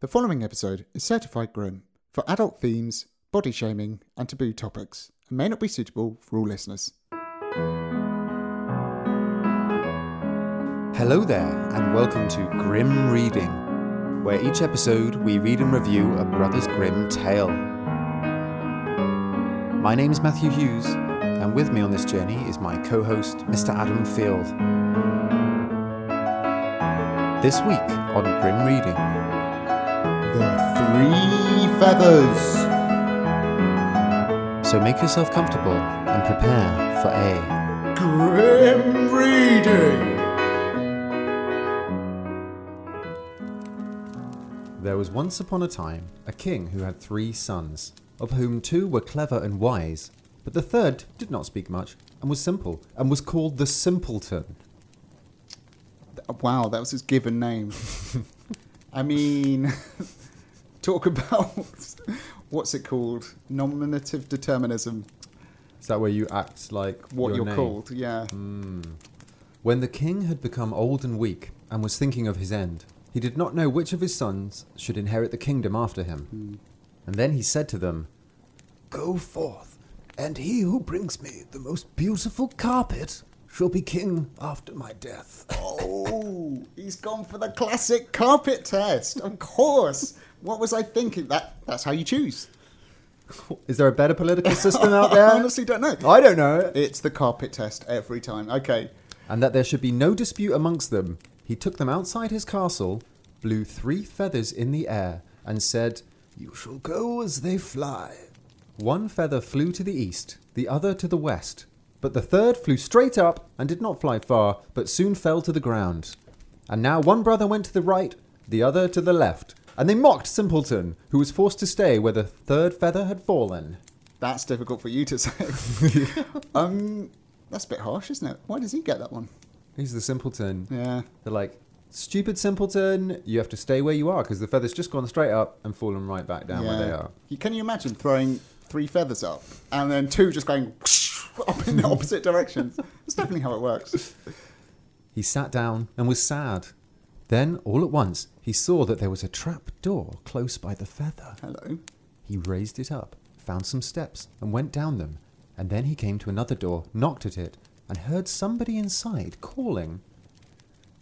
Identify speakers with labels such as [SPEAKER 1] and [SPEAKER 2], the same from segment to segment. [SPEAKER 1] The following episode is certified grim for adult themes, body shaming, and taboo topics, and may not be suitable for all listeners.
[SPEAKER 2] Hello there, and welcome to Grim Reading, where each episode we read and review a Brothers Grimm tale. My name is Matthew Hughes, and with me on this journey is my co host, Mr. Adam Field. This week on Grim Reading,
[SPEAKER 1] The Three Feathers.
[SPEAKER 2] so make yourself comfortable and prepare for a.
[SPEAKER 1] Grim Reading.
[SPEAKER 2] There was once upon a time a king who had three sons, of whom two were clever and wise, but the third did not speak much and was simple, and was called the Simpleton.
[SPEAKER 1] Wow, that was his given name. I mean, talk about what's it called? Nominative determinism.
[SPEAKER 2] Is that where you act like
[SPEAKER 1] What
[SPEAKER 2] your
[SPEAKER 1] you're
[SPEAKER 2] name?
[SPEAKER 1] called, yeah.
[SPEAKER 2] When the king had become old and weak and was thinking of his end, he did not know which of his sons should inherit the kingdom after
[SPEAKER 1] Hmm.
[SPEAKER 2] him. And then he said to them, Go forth, and he who brings me the most beautiful carpet shall be king after my death.
[SPEAKER 1] Oh, he's gone for the classic carpet test. Of course. What was I thinking? That that's how you choose.
[SPEAKER 2] Is there a better political system out
[SPEAKER 1] I
[SPEAKER 2] there?
[SPEAKER 1] honestly don't know.
[SPEAKER 2] I don't know.
[SPEAKER 1] It's the carpet test every time. Okay.
[SPEAKER 2] and that there should be no dispute amongst them, he took them outside his castle, blew three feathers in the air, and said, You shall go as they fly. One feather flew to the east, the other to the west, but the third flew straight up and did not fly far, but soon fell to the ground. And now one brother went to the right, the other to the left, and they mocked Simpleton, who was forced to stay where the third feather had fallen.
[SPEAKER 1] That's difficult for you to say. um that's a bit harsh, isn't it? Why does he get that one?
[SPEAKER 2] He's the Simpleton.
[SPEAKER 1] Yeah.
[SPEAKER 2] They're like, stupid simpleton, you have to stay where you are because the feather's just gone straight up and fallen right back down where they
[SPEAKER 1] yeah.
[SPEAKER 2] are.
[SPEAKER 1] You- Can you imagine throwing three feathers up and then two just going up in the opposite directions? That's definitely how it works.
[SPEAKER 2] He sat down and was sad. Then, all at once, he saw that there was a trap door close by the feather.
[SPEAKER 1] Hello.
[SPEAKER 2] He raised it up, found some steps, and went down them. And then he came to another door, knocked at it, and heard somebody inside calling.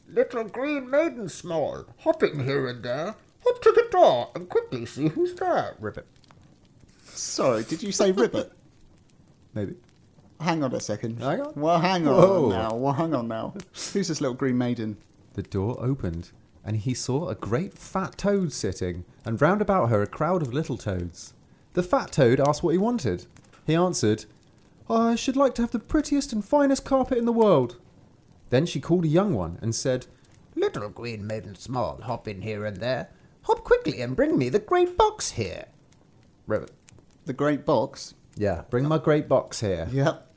[SPEAKER 3] Little green maiden small, hopping here and there. Hop to the door and quickly see who's there. Ribbit.
[SPEAKER 1] Sorry, did you say ribbit?
[SPEAKER 2] Maybe.
[SPEAKER 1] Hang on a second.
[SPEAKER 2] Hang on.
[SPEAKER 1] Well, hang on
[SPEAKER 2] Whoa.
[SPEAKER 1] now. Well, hang on now. Who's this little green maiden?
[SPEAKER 2] The door opened, and he saw a great fat toad sitting, and round about her a crowd of little toads. The fat toad asked what he wanted. He answered, I should like to have the prettiest and finest carpet in the world. Then she called a young one and said,
[SPEAKER 3] Little green maiden small, hopping here and there. Hop quickly and bring me the great box here.
[SPEAKER 2] Rabbit,
[SPEAKER 1] The great box.
[SPEAKER 2] yeah, bring my great box here.
[SPEAKER 1] Yep.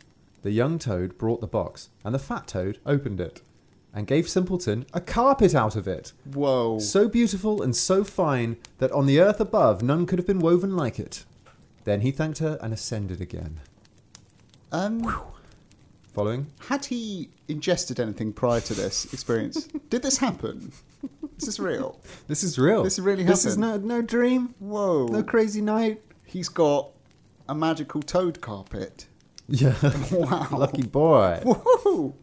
[SPEAKER 2] The young toad brought the box, and the fat toad opened it, and gave Simpleton a carpet out of it,
[SPEAKER 1] Whoa.
[SPEAKER 2] so beautiful and so fine that on the earth above none could have been woven like it. Then he thanked her and ascended again.
[SPEAKER 1] Um,
[SPEAKER 2] Following?
[SPEAKER 1] had he ingested anything prior to this experience? Did this happen? Is this real?
[SPEAKER 2] This is real.
[SPEAKER 1] This really
[SPEAKER 2] This is no,
[SPEAKER 1] happened.
[SPEAKER 2] no dream,
[SPEAKER 1] Whoa.
[SPEAKER 2] no crazy night.
[SPEAKER 1] He's got a magical toad carpet.
[SPEAKER 2] Yeah.
[SPEAKER 1] Wow.
[SPEAKER 2] Lucky boy.
[SPEAKER 1] Whoa.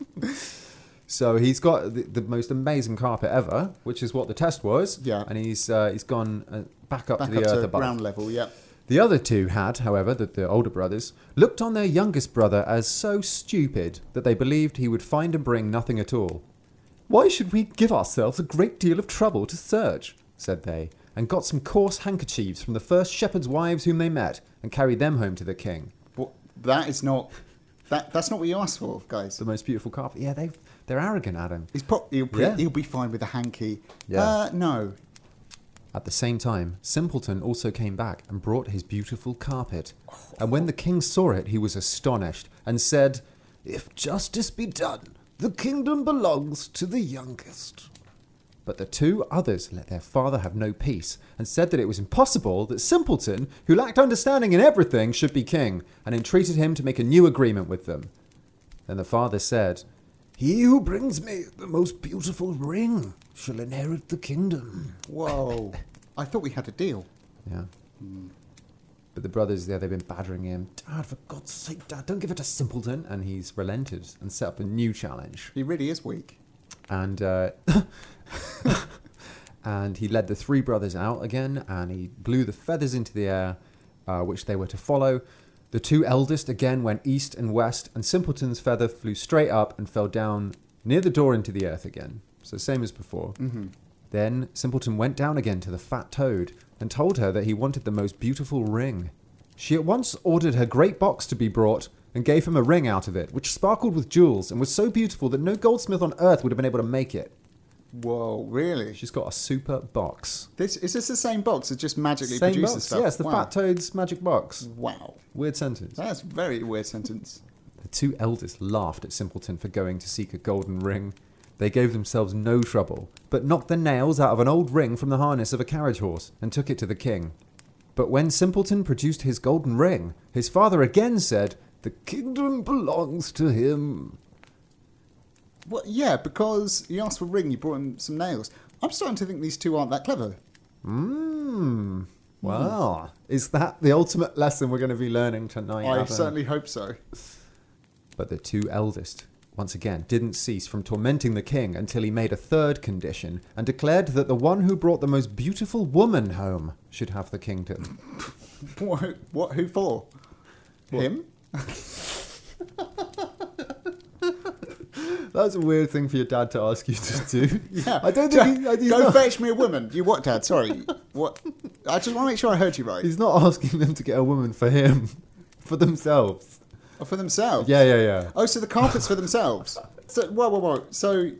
[SPEAKER 2] So he's got the, the most amazing carpet ever, which is what the test was.
[SPEAKER 1] Yeah.
[SPEAKER 2] And he's uh, he's gone uh, back up
[SPEAKER 1] Back
[SPEAKER 2] to the
[SPEAKER 1] up
[SPEAKER 2] earth
[SPEAKER 1] to
[SPEAKER 2] above.
[SPEAKER 1] ground level, yep.
[SPEAKER 2] The other two had, however, the, the older brothers, looked on their youngest brother as so stupid that they believed he would find and bring nothing at all. Why should we give ourselves a great deal of trouble to search? said they, and got some coarse handkerchiefs from the first shepherd's wives whom they met, and carried them home to the king.
[SPEAKER 1] What, that is not. That, that's not what you asked for, guys.
[SPEAKER 2] The most beautiful carpet. Yeah, they they're arrogant, Adam.
[SPEAKER 1] He's pro- he'll, be,
[SPEAKER 2] Yeah.
[SPEAKER 1] he'll be fine with a hanky.
[SPEAKER 2] Yeah.
[SPEAKER 1] Uh, no.
[SPEAKER 2] At the same time, Simpleton also came back and brought his beautiful carpet. And when the king saw it, he was astonished and said, If justice be done, the kingdom belongs to the youngest. But the two others let their father have no peace and said that it was impossible that Simpleton, who lacked understanding in everything, should be king, and entreated him to make a new agreement with them. Then the father said, He who brings me the most beautiful ring shall inherit the kingdom.
[SPEAKER 1] Whoa. I thought we had a deal.
[SPEAKER 2] Yeah. But the brothers there, they've been badgering him. Dad, for God's sake, Dad, don't give it to Simpleton. And he's relented and set up a new challenge.
[SPEAKER 1] He really is weak.
[SPEAKER 2] And uh, and he led the three brothers out again, and he blew the feathers into the air, uh, which they were to follow. The two eldest again went east and west, and Simpleton's feather flew straight up and fell down near the door into the earth again. So same as before. Then Simpleton went down again to the fat toad and told her that he wanted the most beautiful ring. She at once ordered her great box to be brought and gave him a ring out of it, which sparkled with jewels and was so beautiful that no goldsmith on earth would have been able to make it.
[SPEAKER 1] Whoa, really?
[SPEAKER 2] She's got a super box.
[SPEAKER 1] This is this the same box that just magically
[SPEAKER 2] Same
[SPEAKER 1] produces
[SPEAKER 2] box.
[SPEAKER 1] stuff?
[SPEAKER 2] Yes, the
[SPEAKER 1] wow.
[SPEAKER 2] Fat Toad's magic box.
[SPEAKER 1] Wow,
[SPEAKER 2] Weird sentence.
[SPEAKER 1] that's a very weird sentence.
[SPEAKER 2] The two eldest laughed at Simpleton for going to seek a golden ring. They gave themselves no trouble, but knocked the nails out of an old ring from the harness of a carriage horse and took it to the king. But when Simpleton produced his golden ring, his father again said, The kingdom belongs to him.
[SPEAKER 1] Well, yeah, because you asked for a ring, you brought him some nails. I'm starting to think these two aren't that clever. Hmm.
[SPEAKER 2] Mmm. Wow. Is that the ultimate lesson we're going to be learning tonight?
[SPEAKER 1] I
[SPEAKER 2] Adam?
[SPEAKER 1] certainly hope so.
[SPEAKER 2] But the two eldest, once again, didn't cease from tormenting the king until he made a third condition and declared that the one who brought the most beautiful woman home should have the kingdom.
[SPEAKER 1] What? What? Who for? Him?
[SPEAKER 2] That's a weird thing for your dad to ask you to do.
[SPEAKER 1] Yeah.
[SPEAKER 2] I don't think he, I- he's,
[SPEAKER 1] Go
[SPEAKER 2] not,
[SPEAKER 1] fetch me a woman. You what, Dad? Sorry. What? I just want to make sure I heard you right.
[SPEAKER 2] he's not asking them to get a woman for him, for themselves.
[SPEAKER 1] Oh, for themselves.
[SPEAKER 2] Yeah, yeah, yeah.
[SPEAKER 1] Oh, so the carpets for themselves. So whoa, whoa, whoa. So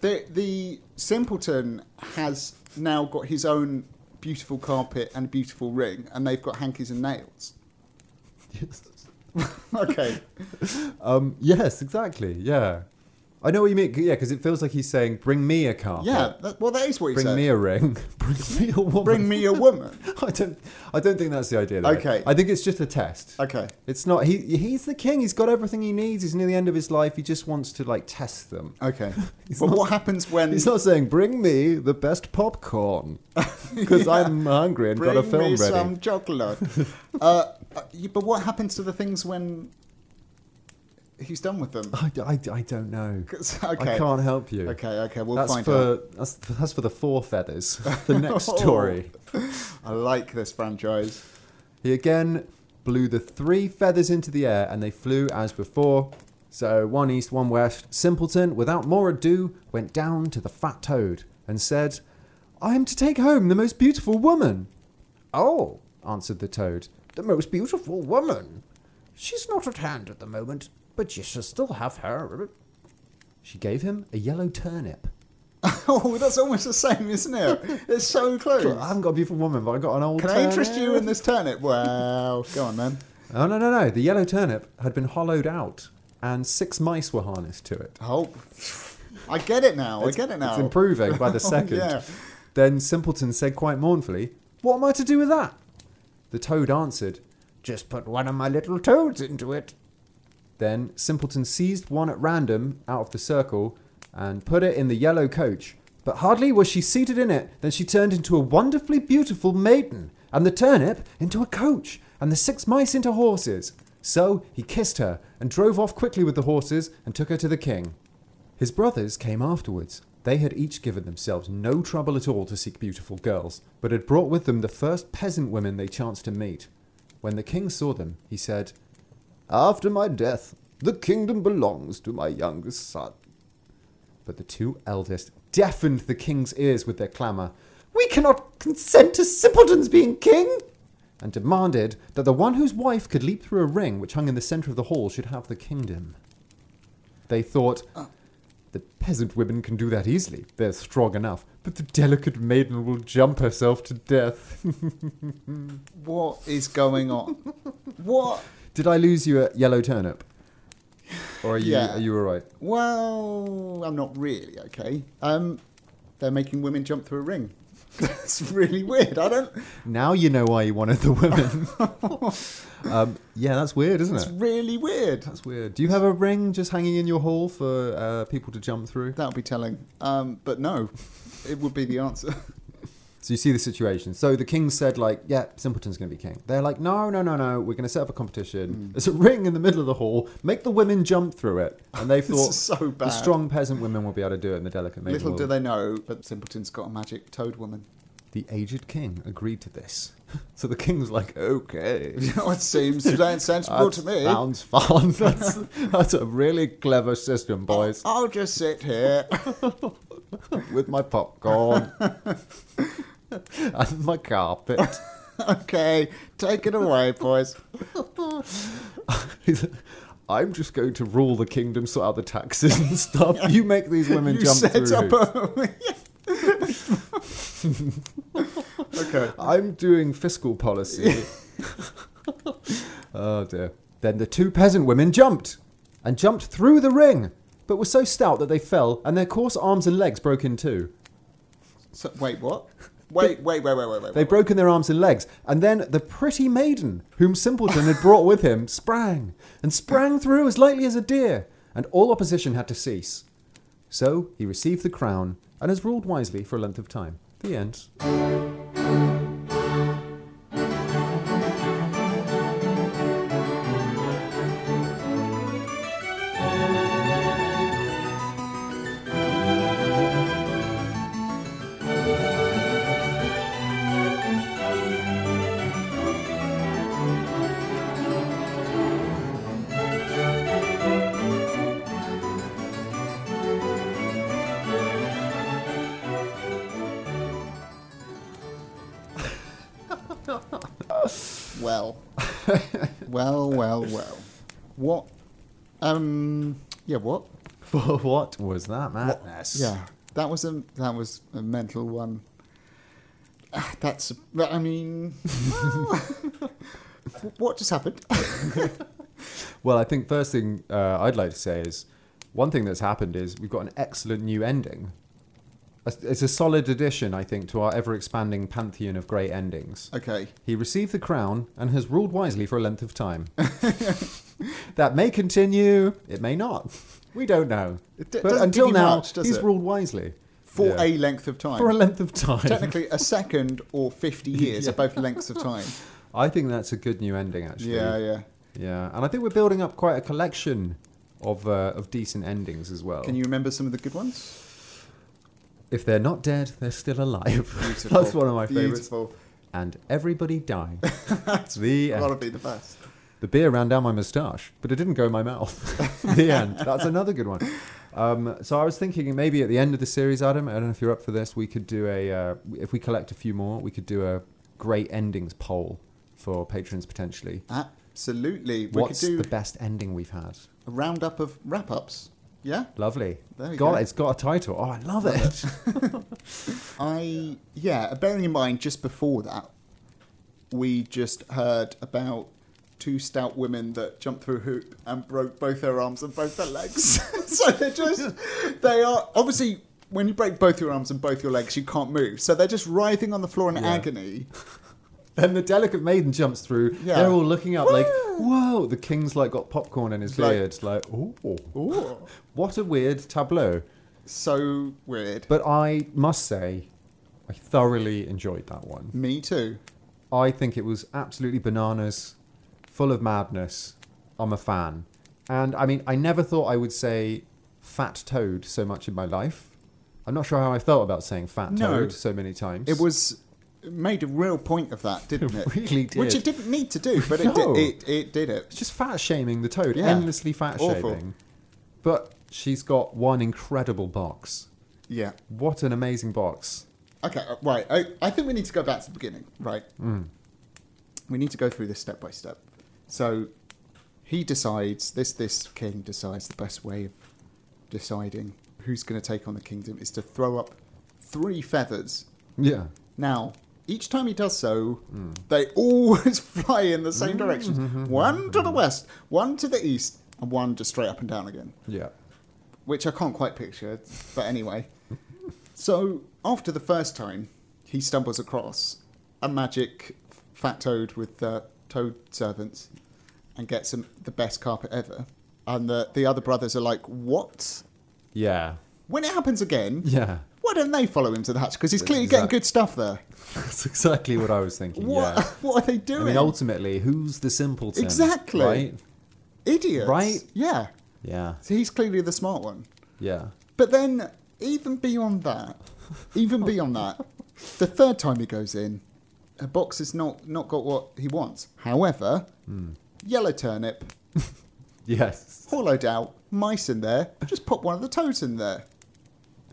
[SPEAKER 1] the the simpleton has now got his own beautiful carpet and beautiful ring, and they've got hankies and nails. okay.
[SPEAKER 2] Um, yes, exactly. Yeah. I know what you mean. Yeah, because it feels like he's saying, bring me a carpet.
[SPEAKER 1] Yeah. That, well, that is what he
[SPEAKER 2] Bring
[SPEAKER 1] said.
[SPEAKER 2] me a ring. Bring me a woman.
[SPEAKER 1] Bring me a woman.
[SPEAKER 2] I don't. I don't think that's the idea. Though.
[SPEAKER 1] Okay.
[SPEAKER 2] I think it's just a test.
[SPEAKER 1] Okay.
[SPEAKER 2] It's not. He he's the king. He's got everything he needs. He's near the end of his life. He just wants to like test them.
[SPEAKER 1] Okay.
[SPEAKER 2] He's
[SPEAKER 1] But
[SPEAKER 2] not-
[SPEAKER 1] what happens when
[SPEAKER 2] He's not saying bring me the best popcorn because
[SPEAKER 1] Yeah.
[SPEAKER 2] I'm hungry and
[SPEAKER 1] bring
[SPEAKER 2] got a film
[SPEAKER 1] me
[SPEAKER 2] ready.
[SPEAKER 1] some chocolate? uh, uh, y- but what happens to the things when he's done with them?
[SPEAKER 2] I, d- I d- I don't know.
[SPEAKER 1] 'Cause- okay.
[SPEAKER 2] I can't help you.
[SPEAKER 1] Okay. Okay. We'll
[SPEAKER 2] that's
[SPEAKER 1] find out. Oh.
[SPEAKER 2] for that's that's for the four feathers. The next story.
[SPEAKER 1] I like this franchise.
[SPEAKER 2] He again blew the three feathers into the air and they flew as before. So one east, one west. Simpleton, without more ado, went down to the fat toad and said, I am to take home the most beautiful woman. Oh, answered the toad, the most beautiful woman.
[SPEAKER 4] She's not at hand at the moment, but you shall still have her.
[SPEAKER 2] She gave him a yellow turnip.
[SPEAKER 1] Oh, that's almost the same, isn't it? It's so close.
[SPEAKER 2] I haven't got a beautiful woman, but I got an old
[SPEAKER 1] Can I
[SPEAKER 2] turnip.
[SPEAKER 1] interest you in this turnip? Well, go on then.
[SPEAKER 2] Oh, no, no, no. The yellow turnip had been hollowed out and six mice were harnessed to it.
[SPEAKER 1] Hope. Oh, I get it now. Oh, I get it now. Oh,
[SPEAKER 2] It's improving by the second.
[SPEAKER 1] Yeah.
[SPEAKER 2] Then Simpleton said quite mournfully, What am I to do with that? The toad answered.
[SPEAKER 4] Just put one of my little toads into it.
[SPEAKER 2] Then Simpleton seized one at random out of the circle and put it in the yellow coach. But hardly was she seated in it than she turned into a wonderfully beautiful maiden, and the turnip into a coach, and the six mice into horses. So he kissed her and drove off quickly with the horses and took her to the king. His brothers came afterwards. They had each given themselves no trouble at all to seek beautiful girls, but had brought with them the first peasant women they chanced to meet. When the king saw them, he said, After my death, the kingdom belongs to my youngest son. But the two eldest deafened the king's ears with their clamour. We cannot consent to simpletons being king! And demanded that the one whose wife could leap through a ring which hung in the centre of the hall should have the kingdom. They thought, the peasant women can do that easily. They're strong enough. But the delicate maiden will jump herself to death.
[SPEAKER 1] What is going on? What?
[SPEAKER 2] Did I lose you at yellow turnip? Or are you
[SPEAKER 1] Yeah.
[SPEAKER 2] are you alright?
[SPEAKER 1] Well, I'm not really okay. Um, they're making women jump through a ring. That's really weird. I don't.
[SPEAKER 2] Now you know why you wanted the women. um, yeah, that's weird, isn't
[SPEAKER 1] It's
[SPEAKER 2] it?
[SPEAKER 1] really weird.
[SPEAKER 2] That's weird. Do you have a ring just hanging in your hall for uh, people to jump through?
[SPEAKER 1] That would be telling. Um, but no, it would be the answer.
[SPEAKER 2] So you see the situation. So the king said, like, yeah, Simpleton's going to be king. They're like, no, no, no, no. We're going to set up a competition.
[SPEAKER 1] Hmm.
[SPEAKER 2] There's a ring in the middle of the hall. Make the women jump through it. And they
[SPEAKER 1] This
[SPEAKER 2] thought
[SPEAKER 1] is so
[SPEAKER 2] the
[SPEAKER 1] bad.
[SPEAKER 2] strong peasant women will be able to do it, and the delicate maiden
[SPEAKER 1] Little
[SPEAKER 2] will.
[SPEAKER 1] do they know, but Simpleton's got a magic toad woman.
[SPEAKER 2] The aged king agreed to this. So the king's like, okay.
[SPEAKER 1] You know, it seems sounds sensible to
[SPEAKER 2] that
[SPEAKER 1] me.
[SPEAKER 2] Sounds fun. That's, that's a really clever system, boys.
[SPEAKER 1] I'll just sit here.
[SPEAKER 2] With my popcorn and my carpet.
[SPEAKER 1] okay, take it away, boys.
[SPEAKER 2] He's like, I'm just going to rule the kingdom, sort out the taxes and stuff. You make these women
[SPEAKER 1] you
[SPEAKER 2] jump
[SPEAKER 1] set
[SPEAKER 2] through.
[SPEAKER 1] up
[SPEAKER 2] hoops.
[SPEAKER 1] a. okay.
[SPEAKER 2] I'm doing fiscal policy. oh dear. Then the two peasant women jumped and jumped through the ring, but were so stout that they fell and their coarse arms and legs broke in two.
[SPEAKER 1] So, wait, what? Wait, wait, wait, wait, wait, wait.
[SPEAKER 2] They
[SPEAKER 1] wait.
[SPEAKER 2] broke in their arms and legs, and then the pretty maiden, whom Simpleton had brought with him, sprang and sprang through as lightly as a deer, and all opposition had to cease. So he received the crown and has ruled wisely for a length of time. The end.
[SPEAKER 1] Well, well, well, well. What? Um. Yeah. What?
[SPEAKER 2] what was that madness?
[SPEAKER 1] Yeah. That was a that was a mental one. Ah, That's. I mean. what just happened?
[SPEAKER 2] Well, I think first thing uh, I'd like to say is one thing that's happened is we've got an excellent new ending. It's- It's a solid addition, I think, to our ever expanding pantheon of great endings.
[SPEAKER 1] Okay.
[SPEAKER 2] He received the crown and has ruled wisely for a length of time. that may continue, it may not. We don't know.
[SPEAKER 1] It d-
[SPEAKER 2] but
[SPEAKER 1] doesn't
[SPEAKER 2] until
[SPEAKER 1] give you
[SPEAKER 2] now,
[SPEAKER 1] much, does
[SPEAKER 2] he's
[SPEAKER 1] it?
[SPEAKER 2] ruled wisely.
[SPEAKER 1] For
[SPEAKER 2] Yeah.
[SPEAKER 1] a length of time.
[SPEAKER 2] for a length of time.
[SPEAKER 1] Technically, a second or 50 years are both lengths of time.
[SPEAKER 2] I think that's a good new ending, actually.
[SPEAKER 1] Yeah, yeah.
[SPEAKER 2] Yeah, and I think we're building up quite a collection of uh, of decent endings as well.
[SPEAKER 1] Can you remember some of the good ones?
[SPEAKER 2] If they're not dead, they're still alive.
[SPEAKER 1] Beautiful.
[SPEAKER 2] that's one of my favorites.
[SPEAKER 1] Beautiful.
[SPEAKER 2] And everybody died. that's the end.
[SPEAKER 1] Gotta be the best.
[SPEAKER 2] The beer ran down my moustache, but it didn't go in my mouth. the end. That's another good one. Um, so I was thinking maybe at the end of the series, Adam. I don't know if you're up for this. We could do a uh, if we collect a few more, we could do a great endings poll for patrons potentially.
[SPEAKER 1] Absolutely. We
[SPEAKER 2] What's
[SPEAKER 1] could do
[SPEAKER 2] the best ending we've had?
[SPEAKER 1] a roundup of wrap ups. Yeah?
[SPEAKER 2] Lovely.
[SPEAKER 1] There we
[SPEAKER 2] got
[SPEAKER 1] go.
[SPEAKER 2] it. It's got a title. Oh, I love it.
[SPEAKER 1] I, yeah, bearing in mind just before that, we just heard about two stout women that jumped through a hoop and broke both their arms and both their legs. so they're just, they are, obviously, when you break both your arms and both your legs, you can't move. So they're just writhing on the floor in agony.
[SPEAKER 2] Then the delicate maiden jumps through.
[SPEAKER 1] Yeah.
[SPEAKER 2] They're all looking up like, whoa. The king's like got popcorn in his
[SPEAKER 1] Like-
[SPEAKER 2] beard. Like, oh,
[SPEAKER 1] Ooh.
[SPEAKER 2] what a weird tableau.
[SPEAKER 1] So weird.
[SPEAKER 2] But I must say, I thoroughly enjoyed that one.
[SPEAKER 1] Me too.
[SPEAKER 2] I think it was absolutely bananas, full of madness. I'm a fan. And I mean, I never thought I would say fat toad so much in my life. I'm not sure how I felt about saying fat
[SPEAKER 1] No.
[SPEAKER 2] toad so many times.
[SPEAKER 1] It was it made a real point of that, didn't it?
[SPEAKER 2] It really did.
[SPEAKER 1] Which it didn't need to do, but it
[SPEAKER 2] No.
[SPEAKER 1] did, it it did it.
[SPEAKER 2] It's just fat shaming the toad,
[SPEAKER 1] Yeah.
[SPEAKER 2] endlessly fat
[SPEAKER 1] Awful.
[SPEAKER 2] shaming. But she's got one incredible box.
[SPEAKER 1] Yeah.
[SPEAKER 2] What an amazing box.
[SPEAKER 1] Okay. uh, Right. I, I think we need to go back to the beginning. Right. We need to go through this step by step. So he decides this this king decides the best way of deciding who's going to take on the kingdom is to throw up three feathers
[SPEAKER 2] Yeah.
[SPEAKER 1] Now, each time he does so, they always fly in the same direction. One to the west, one to the east, and one just straight up and down again,
[SPEAKER 2] Yeah.
[SPEAKER 1] which I can't quite picture, but anyway. So, after the first time, he stumbles across a magic fat toad with uh, toad servants and gets him the best carpet ever. And the, the other brothers are like, What?
[SPEAKER 2] Yeah.
[SPEAKER 1] When it happens again,
[SPEAKER 2] Yeah.
[SPEAKER 1] Why don't they follow him to the hutch? Because he's clearly getting
[SPEAKER 2] Exact-
[SPEAKER 1] good stuff there.
[SPEAKER 2] That's exactly what I was thinking.
[SPEAKER 1] What?
[SPEAKER 2] Yeah.
[SPEAKER 1] what are they doing?
[SPEAKER 2] I mean, ultimately, who's the simpleton?
[SPEAKER 1] Exactly.
[SPEAKER 2] Right?
[SPEAKER 1] Idiots.
[SPEAKER 2] Right?
[SPEAKER 1] Yeah.
[SPEAKER 2] Yeah.
[SPEAKER 1] So he's clearly the smart one.
[SPEAKER 2] Yeah.
[SPEAKER 1] But then, even beyond that, even beyond that, the third time he goes in, a box has not not got what he wants. However,
[SPEAKER 2] Hmm.
[SPEAKER 1] yellow turnip,
[SPEAKER 2] Yes.
[SPEAKER 1] hollowed out, mice in there. Just put one of the toads in there.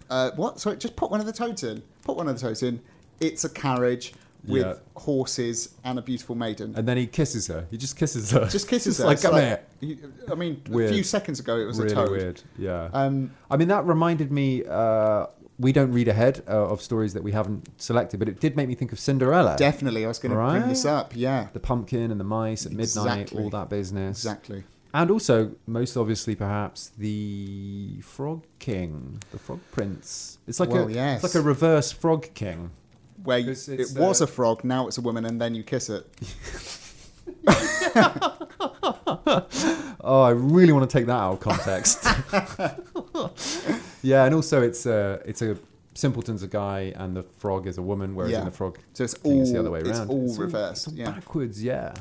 [SPEAKER 1] Uh, what? Sorry, just put one of the toads in. Put one of the toads in. It's a carriage with
[SPEAKER 2] Yeah.
[SPEAKER 1] horses and a beautiful maiden.
[SPEAKER 2] And then he kisses her. He just kisses her.
[SPEAKER 1] just kisses
[SPEAKER 2] Just
[SPEAKER 1] her.
[SPEAKER 2] Like,
[SPEAKER 1] It's
[SPEAKER 2] come
[SPEAKER 1] like-
[SPEAKER 2] here.
[SPEAKER 1] you- I mean, a
[SPEAKER 2] Weird.
[SPEAKER 1] few seconds ago it was
[SPEAKER 2] really
[SPEAKER 1] a toad.
[SPEAKER 2] weird. Yeah.
[SPEAKER 1] Um,
[SPEAKER 2] I mean, that reminded me. Uh, we don't read ahead uh, of stories that we haven't selected, but it did make me think of Cinderella.
[SPEAKER 1] Definitely, I was going to bring this
[SPEAKER 2] Right?
[SPEAKER 1] up. Yeah,
[SPEAKER 2] the pumpkin and the mice at midnight,
[SPEAKER 1] Exactly.
[SPEAKER 2] all that business.
[SPEAKER 1] exactly.
[SPEAKER 2] And also, most obviously, perhaps the Frog King, the Frog Prince. It's like
[SPEAKER 1] Well,
[SPEAKER 2] a
[SPEAKER 1] yes.
[SPEAKER 2] it's like a reverse Frog King.
[SPEAKER 1] Where you,
[SPEAKER 2] It's- it's,
[SPEAKER 1] it was
[SPEAKER 2] uh,
[SPEAKER 1] a frog, now it's a woman, and then you kiss it.
[SPEAKER 2] Oh, I really want to take that out of context. yeah, and also it's a it's a simpleton's a guy and the frog is a woman, whereas
[SPEAKER 1] Yeah.
[SPEAKER 2] in the frog
[SPEAKER 1] So it's
[SPEAKER 2] King it's the
[SPEAKER 1] all-
[SPEAKER 2] other way
[SPEAKER 1] it's
[SPEAKER 2] around.
[SPEAKER 1] all reversed,
[SPEAKER 2] it's all
[SPEAKER 1] yeah.
[SPEAKER 2] backwards. Yeah,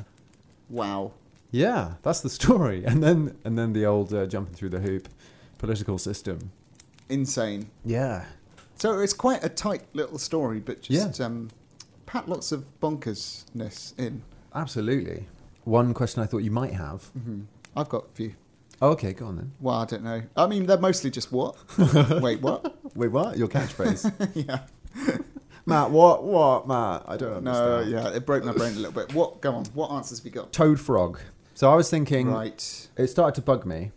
[SPEAKER 1] Wow.
[SPEAKER 2] yeah, that's the story. And then and then the old uh, jumping through the hoop political system.
[SPEAKER 1] Insane.
[SPEAKER 2] Yeah,
[SPEAKER 1] So it's quite a tight little story, but just um, pat lots of bonkersness in.
[SPEAKER 2] absolutely. One question I thought you might have.
[SPEAKER 1] I've got a few.
[SPEAKER 2] Oh, okay, go on then.
[SPEAKER 1] Well, I don't know. I mean, they're mostly just what? Wait, what?
[SPEAKER 2] Wait, what? Your catchphrase,
[SPEAKER 1] yeah.
[SPEAKER 2] Matt? What? What, Matt? I don't
[SPEAKER 1] No, yeah, it broke my brain a little bit. What? Go on. What answers have you got?
[SPEAKER 2] Toad frog. So I was thinking,
[SPEAKER 1] Right.
[SPEAKER 2] it started to bug me.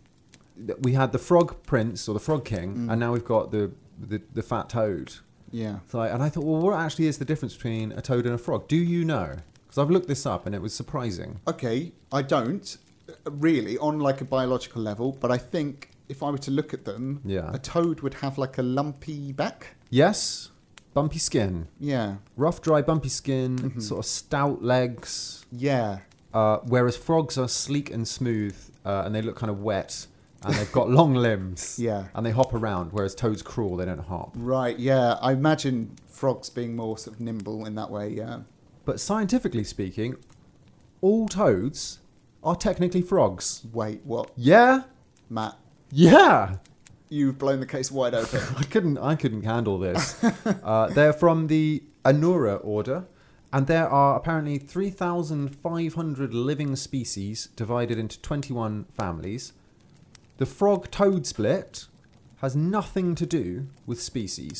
[SPEAKER 2] that We had the frog prince or the frog king, and now we've got the, the, the fat toad.
[SPEAKER 1] Yeah.
[SPEAKER 2] So I, and I thought, well, what actually is the difference between a toad and a frog? Do you know? Because I've looked this up and it was surprising.
[SPEAKER 1] Okay, I don't uh, really on like a biological level, but I think if I were to look at them,
[SPEAKER 2] Yeah.
[SPEAKER 1] a toad would have like a lumpy back.
[SPEAKER 2] Yes, bumpy skin,
[SPEAKER 1] Yeah,
[SPEAKER 2] rough, dry, bumpy skin, sort of stout legs.
[SPEAKER 1] yeah,
[SPEAKER 2] Uh, whereas frogs are sleek and smooth, uh, and they look kind of wet, and they've got long limbs.
[SPEAKER 1] Yeah.
[SPEAKER 2] and they hop around. Whereas toads crawl; they don't hop.
[SPEAKER 1] right. Yeah, I imagine frogs being more sort of nimble in that way. Yeah,
[SPEAKER 2] But scientifically speaking, all toads are technically frogs.
[SPEAKER 1] wait, what,
[SPEAKER 2] Yeah,
[SPEAKER 1] Matt?
[SPEAKER 2] yeah.
[SPEAKER 1] You've blown the case wide open.
[SPEAKER 2] I couldn't. I couldn't handle this. uh, they're from the Anura order, and there are apparently three thousand five hundred living species divided into twenty-one families. The frog-toad split has nothing to do with species.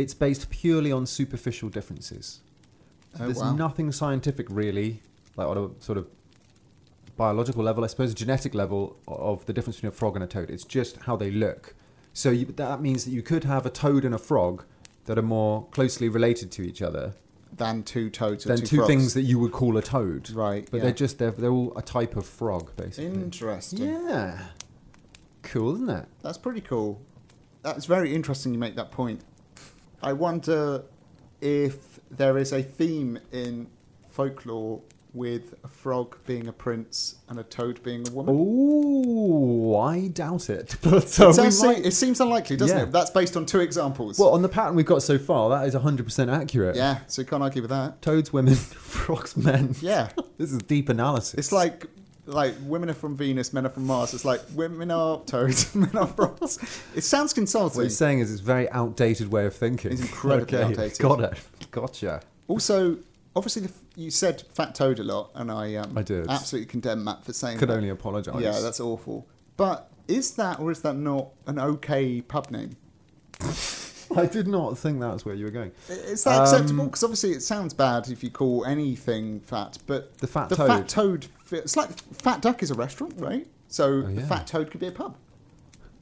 [SPEAKER 2] It's based purely on superficial differences. So
[SPEAKER 1] Oh,
[SPEAKER 2] there's
[SPEAKER 1] wow.
[SPEAKER 2] nothing scientific really, like on a sort of biological level, I suppose, genetic level of the difference between a frog and a toad. It's just how they look. So you, that means that you could have a toad and a frog that are more closely related to each other
[SPEAKER 1] than two toads or
[SPEAKER 2] than
[SPEAKER 1] two,
[SPEAKER 2] two,
[SPEAKER 1] frogs.
[SPEAKER 2] things that you would call a toad.
[SPEAKER 1] Right,
[SPEAKER 2] But
[SPEAKER 1] yeah.
[SPEAKER 2] they're just they're, they're all a type of frog, basically.
[SPEAKER 1] Interesting.
[SPEAKER 2] Yeah. Cool, isn't it?
[SPEAKER 1] That's pretty cool. That's very interesting you make that point. I wonder if there is a theme in folklore with a frog being a prince and a toad being a woman.
[SPEAKER 2] Oh, I doubt it. But
[SPEAKER 1] it,
[SPEAKER 2] uh, we
[SPEAKER 1] sounds,
[SPEAKER 2] might.
[SPEAKER 1] it seems unlikely, doesn't
[SPEAKER 2] Yeah.
[SPEAKER 1] it? That's based on two examples.
[SPEAKER 2] Well, on the pattern we've got so far, that is 100% accurate.
[SPEAKER 1] yeah, so you can't argue with that.
[SPEAKER 2] Toads, women, frogs, men.
[SPEAKER 1] Yeah.
[SPEAKER 2] This is deep analysis.
[SPEAKER 1] It's like like women are from Venus, men are from Mars. It's like women are toads, men are frogs. It sounds
[SPEAKER 2] What
[SPEAKER 1] consulting.
[SPEAKER 2] he's saying is it's a very outdated way of thinking.
[SPEAKER 1] It's incredibly outdated.
[SPEAKER 2] Got it. Gotcha.
[SPEAKER 1] Also, obviously, the, f- you said fat toad a lot, and I um,
[SPEAKER 2] I did.
[SPEAKER 1] absolutely condemn Matt for saying
[SPEAKER 2] Could
[SPEAKER 1] that.
[SPEAKER 2] only apologise.
[SPEAKER 1] Yeah, that's awful. But is that or is that not an okay pub name?
[SPEAKER 2] I did not think that's where you were going.
[SPEAKER 1] I- Is
[SPEAKER 2] Um,
[SPEAKER 1] that acceptable? Because obviously it sounds bad if you call anything fat, but
[SPEAKER 2] The fat
[SPEAKER 1] the
[SPEAKER 2] toad.
[SPEAKER 1] fat toad. fi- It's like fat duck is a restaurant, right? So the
[SPEAKER 2] Oh, yeah.
[SPEAKER 1] fat toad could be a pub.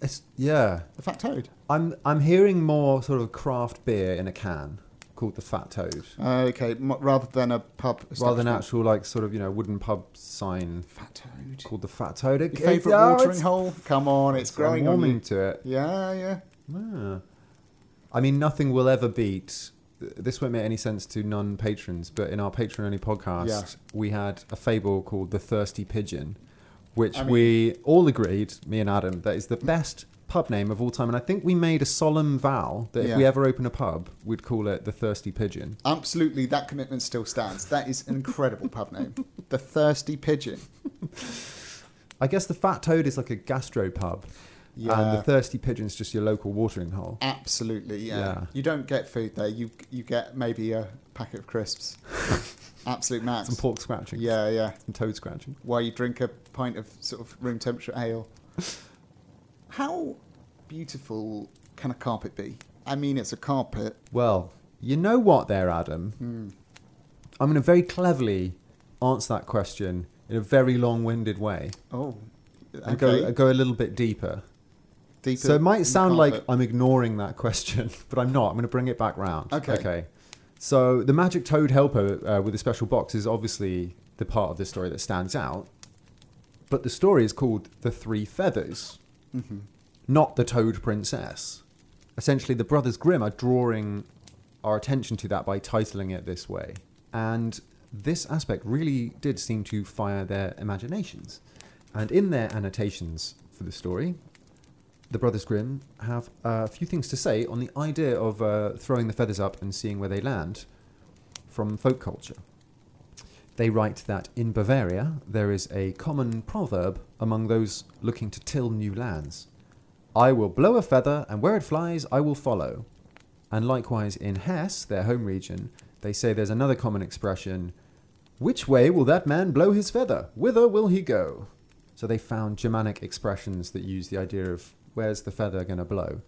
[SPEAKER 2] It's yeah.
[SPEAKER 1] The fat toad.
[SPEAKER 2] I'm I'm hearing more sort of craft beer in a can called the Fat Toad,
[SPEAKER 1] Uh, Okay, m- rather than a pub.
[SPEAKER 2] rather than
[SPEAKER 1] establishment.
[SPEAKER 2] actual like sort of you know wooden pub sign
[SPEAKER 1] fat toad.
[SPEAKER 2] called the Fat Toad. It-
[SPEAKER 1] Your favourite
[SPEAKER 2] oh,
[SPEAKER 1] watering
[SPEAKER 2] it's-
[SPEAKER 1] hole? Come on, it's
[SPEAKER 2] I'm
[SPEAKER 1] growing on
[SPEAKER 2] warming
[SPEAKER 1] you.
[SPEAKER 2] to it.
[SPEAKER 1] Yeah, yeah.
[SPEAKER 2] Ah. I mean, nothing will ever beat. This won't make any sense to non patrons, but in our patron only podcast,
[SPEAKER 1] Yeah.
[SPEAKER 2] we had a fable called The Thirsty Pigeon, which
[SPEAKER 1] I mean-
[SPEAKER 2] we all agreed, me and Adam, that is the best pub name of all time, and I think we made a solemn vow that if
[SPEAKER 1] Yeah.
[SPEAKER 2] we ever open a pub, we'd call it the Thirsty Pigeon.
[SPEAKER 1] Absolutely, that commitment still stands. That is an incredible pub name. The Thirsty Pigeon.
[SPEAKER 2] I guess the Fat Toad is like a gastro pub,
[SPEAKER 1] Yeah.
[SPEAKER 2] and the Thirsty Pigeon's just your local watering hole.
[SPEAKER 1] Absolutely, yeah.
[SPEAKER 2] Yeah.
[SPEAKER 1] You don't get food there. You you get maybe a packet of crisps. Absolute max.
[SPEAKER 2] Some pork scratching,
[SPEAKER 1] Yeah, yeah.
[SPEAKER 2] some toad scratching.
[SPEAKER 1] While you drink a pint of sort of room temperature ale. How beautiful can a carpet be? I mean, it's a carpet.
[SPEAKER 2] Well, you know what, there, Adam. I'm going to very cleverly answer that question in a very long-winded way,
[SPEAKER 1] Oh, okay.
[SPEAKER 2] and go go a little bit deeper.
[SPEAKER 1] Deeper
[SPEAKER 2] So it
[SPEAKER 1] in the
[SPEAKER 2] might sound like
[SPEAKER 1] carpet.
[SPEAKER 2] I'm ignoring that question, but I'm not. I'm going to bring it back round.
[SPEAKER 1] Okay.
[SPEAKER 2] Okay. So the magic toad helper uh, with a special box is obviously the part of the story that stands out, but the story is called the Three Feathers,
[SPEAKER 1] Mm-hmm.
[SPEAKER 2] not the Toad Princess. Essentially, the Brothers Grimm are drawing our attention to that by titling it this way, and this aspect really did seem to fire their imaginations. And in their annotations for the story, the Brothers Grimm have a few things to say on the idea of uh, throwing the feathers up and seeing where they land from folk culture. They write that in Bavaria there is a common proverb among those looking to till new lands I will blow a feather, and where it flies, I will follow. And likewise in Hesse, their home region, they say there's another common expression Which way will that man blow his feather? Whither will he go? So they found Germanic expressions that use the idea of where's the feather going to blow.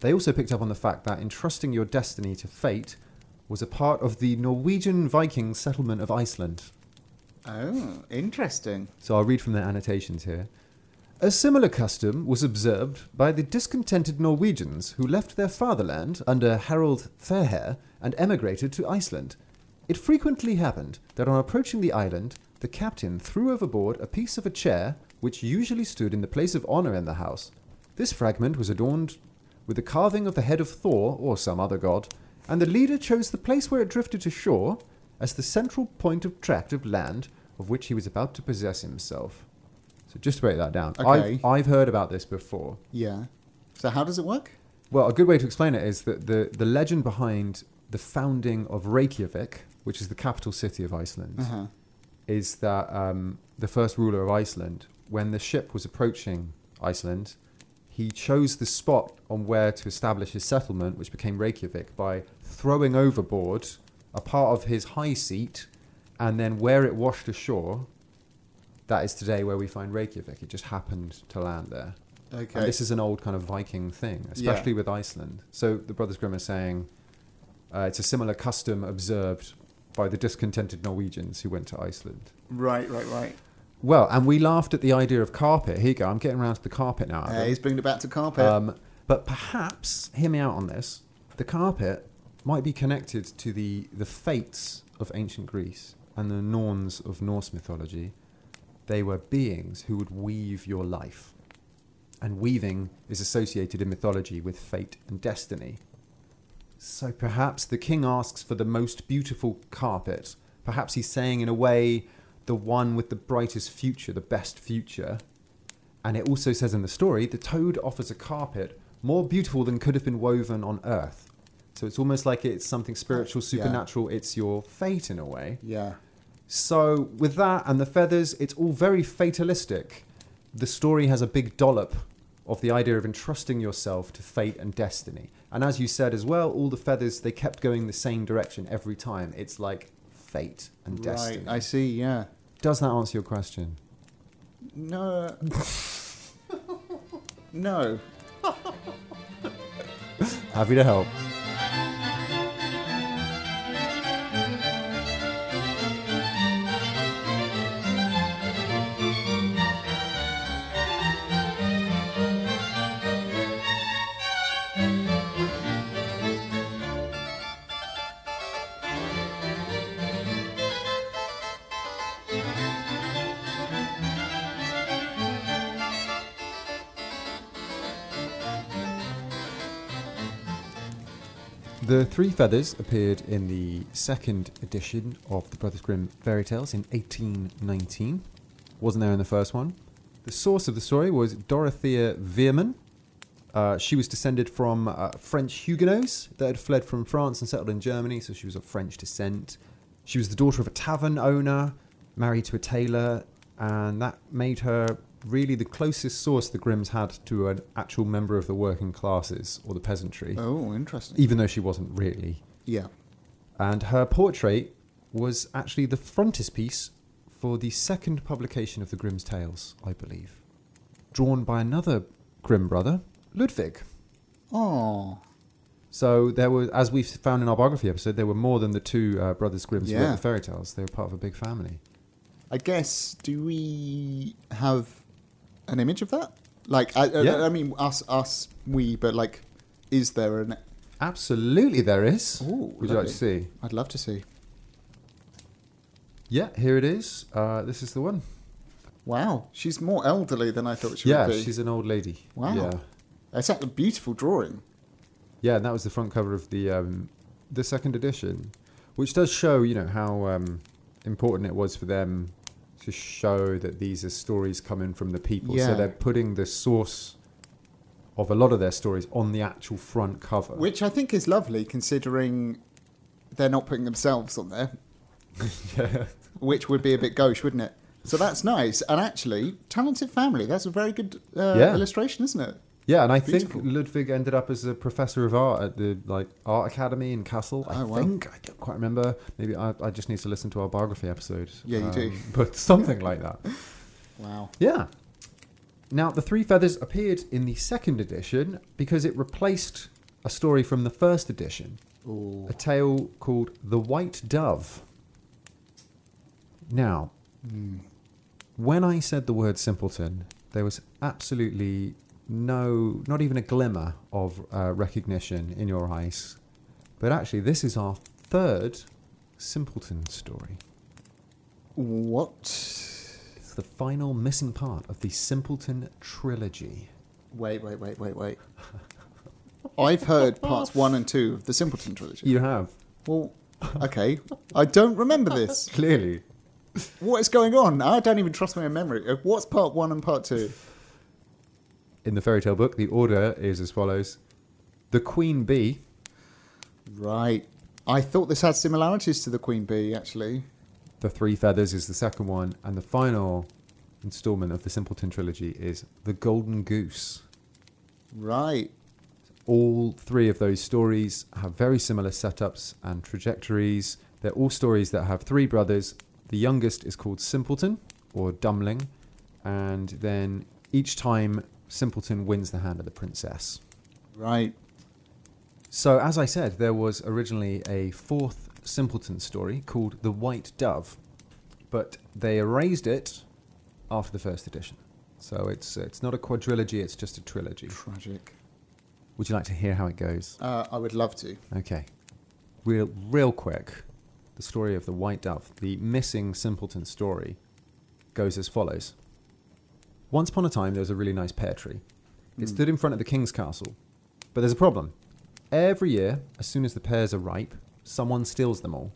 [SPEAKER 2] They also picked up on the fact that entrusting your destiny to fate was a part of the Norwegian Viking settlement of Iceland.
[SPEAKER 1] Oh, interesting.
[SPEAKER 2] So I'll read from their annotations here. A similar custom was observed by the discontented Norwegians who left their fatherland under Harald Fairhair and emigrated to Iceland. It frequently happened that on approaching the island, the captain threw overboard a piece of a chair which usually stood in the place of honor in the house. This fragment was adorned with a carving of the head of Thor or some other god, and the leader chose the place where it drifted to shore as the central point of tract of land of which he was about to possess himself. So just to break that down,
[SPEAKER 1] Okay.
[SPEAKER 2] I've, I've heard about this before.
[SPEAKER 1] Yeah. So how does it work?
[SPEAKER 2] Well, a good way to explain it is that the, the legend behind the founding of Reykjavik, which is the capital city of Iceland,
[SPEAKER 1] Uh-huh.
[SPEAKER 2] is that um, the first ruler of Iceland, when the ship was approaching Iceland, he chose the spot on where to establish his settlement, which became Reykjavik, by throwing overboard a part of his high seat, and then where it washed ashore, that is today where we find Reykjavik. It just happened to land there.
[SPEAKER 1] Okay.
[SPEAKER 2] And this is an old kind of Viking thing, especially with Iceland. So the Brothers Grimm are saying uh, it's a similar custom observed by the discontented Norwegians who went to Iceland.
[SPEAKER 1] right, right, right.
[SPEAKER 2] Well, and we laughed at the idea of carpet. Here you go. I'm getting around to the carpet now.
[SPEAKER 1] Uh,
[SPEAKER 2] Adam.
[SPEAKER 1] he's bringing it back to carpet.
[SPEAKER 2] Um, but perhaps, hear me out on this, the carpet might be connected to the, the fates of ancient Greece and the Norns of Norse mythology. They were beings who would weave your life. And weaving is associated in mythology with fate and destiny. So perhaps the king asks for the most beautiful carpet. Perhaps he's saying, in a way, the one with the brightest future, the best future. And it also says in the story the toad offers a carpet more beautiful than could have been woven on earth. So it's almost like it's something spiritual,
[SPEAKER 1] Yeah.
[SPEAKER 2] supernatural. It's your fate in a way.
[SPEAKER 1] yeah.
[SPEAKER 2] So with that and the feathers, it's all very fatalistic. The story has a big dollop of the idea of entrusting yourself to fate and destiny. And as you said as well, all the feathers they kept going the same direction every time. It's like fate and destiny.
[SPEAKER 1] Right. I see, yeah.
[SPEAKER 2] Does that answer your question?
[SPEAKER 1] No. no.
[SPEAKER 2] Happy to help. The Three Feathers appeared in the second edition of the Brothers Grimm fairy tales in 1819. Wasn't there in the first one. The source of the story was Dorothea Veerman, Uh, she was descended from uh, French Huguenots that had fled from France and settled in Germany, so she was of French descent. She was the daughter of a tavern owner, married to a tailor, and that made her really the closest source the Grimms had to an actual member of the working classes or the peasantry,
[SPEAKER 1] Oh, interesting.
[SPEAKER 2] even though she wasn't really.
[SPEAKER 1] Yeah.
[SPEAKER 2] And her portrait was actually the frontispiece for the second publication of the Grimm's Tales, I believe, drawn by another Grimm brother, Ludwig.
[SPEAKER 1] Oh,
[SPEAKER 2] So there were, as we found in our biography episode, there were more than the two uh, brothers Grimm's who wrote
[SPEAKER 1] Yeah.
[SPEAKER 2] the fairy tales. They were part of a big family.
[SPEAKER 1] I guess. Do we have an image of that? Like, I,
[SPEAKER 2] Yeah.
[SPEAKER 1] I, I mean, us, us, we, but like, is there an?
[SPEAKER 2] Absolutely, there is.
[SPEAKER 1] Ooh,
[SPEAKER 2] Would you like to see?
[SPEAKER 1] I'd love to see.
[SPEAKER 2] Yeah, here it is. Uh, this is the one.
[SPEAKER 1] Wow, she's more elderly than I thought she
[SPEAKER 2] yeah,
[SPEAKER 1] would be.
[SPEAKER 2] she's an old lady.
[SPEAKER 1] Wow.
[SPEAKER 2] Yeah,
[SPEAKER 1] That's a beautiful drawing.
[SPEAKER 2] yeah, and that was the front cover of the um, the second edition, which does show you know how um, important it was for them to show that these are stories coming from the people.
[SPEAKER 1] Yeah.
[SPEAKER 2] So they're putting the source of a lot of their stories on the actual front cover.
[SPEAKER 1] Which I think is lovely considering they're not putting themselves on there. Which would be a bit gauche, wouldn't it? So that's nice. And actually, talented family. That's a very good uh,
[SPEAKER 2] Yeah.
[SPEAKER 1] illustration, isn't it?
[SPEAKER 2] Yeah, and I
[SPEAKER 1] Beautiful.
[SPEAKER 2] think Ludwig ended up as a professor of art at the like art academy in Kassel. I
[SPEAKER 1] Oh, wow.
[SPEAKER 2] think I don't quite remember. Maybe I, I just need to listen to our biography episode.
[SPEAKER 1] Yeah, you do.
[SPEAKER 2] But something like that.
[SPEAKER 1] Wow.
[SPEAKER 2] Yeah. Now, the three feathers appeared in the second edition because it replaced a story from the first edition,
[SPEAKER 1] Ooh.
[SPEAKER 2] a tale called The White Dove. Now, when I said the word simpleton, there was absolutely no, not even a glimmer of uh, recognition in your eyes. But actually, this is our third simpleton story.
[SPEAKER 1] What?
[SPEAKER 2] It's the final missing part of the simpleton trilogy.
[SPEAKER 1] Wait, wait, wait, wait, wait. I've heard parts one and two of the Simpleton trilogy.
[SPEAKER 2] You have,
[SPEAKER 1] Well, okay. I don't remember this.
[SPEAKER 2] clearly.
[SPEAKER 1] What is going on? I don't even trust my own memory. Uh, What's part one and part two?
[SPEAKER 2] In the fairy tale book, the order is as follows The queen bee,
[SPEAKER 1] Right. I thought this had similarities to the Queen Bee, actually.
[SPEAKER 2] the three feathers is the second one, and the final installment of the simpleton trilogy is The golden goose.
[SPEAKER 1] Right.
[SPEAKER 2] all three of those stories have very similar setups and trajectories. They're all stories that have three brothers. The youngest is called Simpleton or Dumbling, and then each time Simpleton wins the hand of the princess.
[SPEAKER 1] Right.
[SPEAKER 2] So, as I said, there was originally a fourth Simpleton story called The White Dove, but they erased it after the first edition. So it's it's not a quadrilogy; it's just a trilogy.
[SPEAKER 1] Tragic.
[SPEAKER 2] Would you like to hear how it goes?
[SPEAKER 1] Uh, I would love to.
[SPEAKER 2] Okay. Real, real quick, the story of the White Dove, the missing simpleton story, goes as follows. Once upon a time, there was a really nice pear tree. It stood in front of the king's castle. But there's a problem. Every year, as soon as the pears are ripe, someone steals them all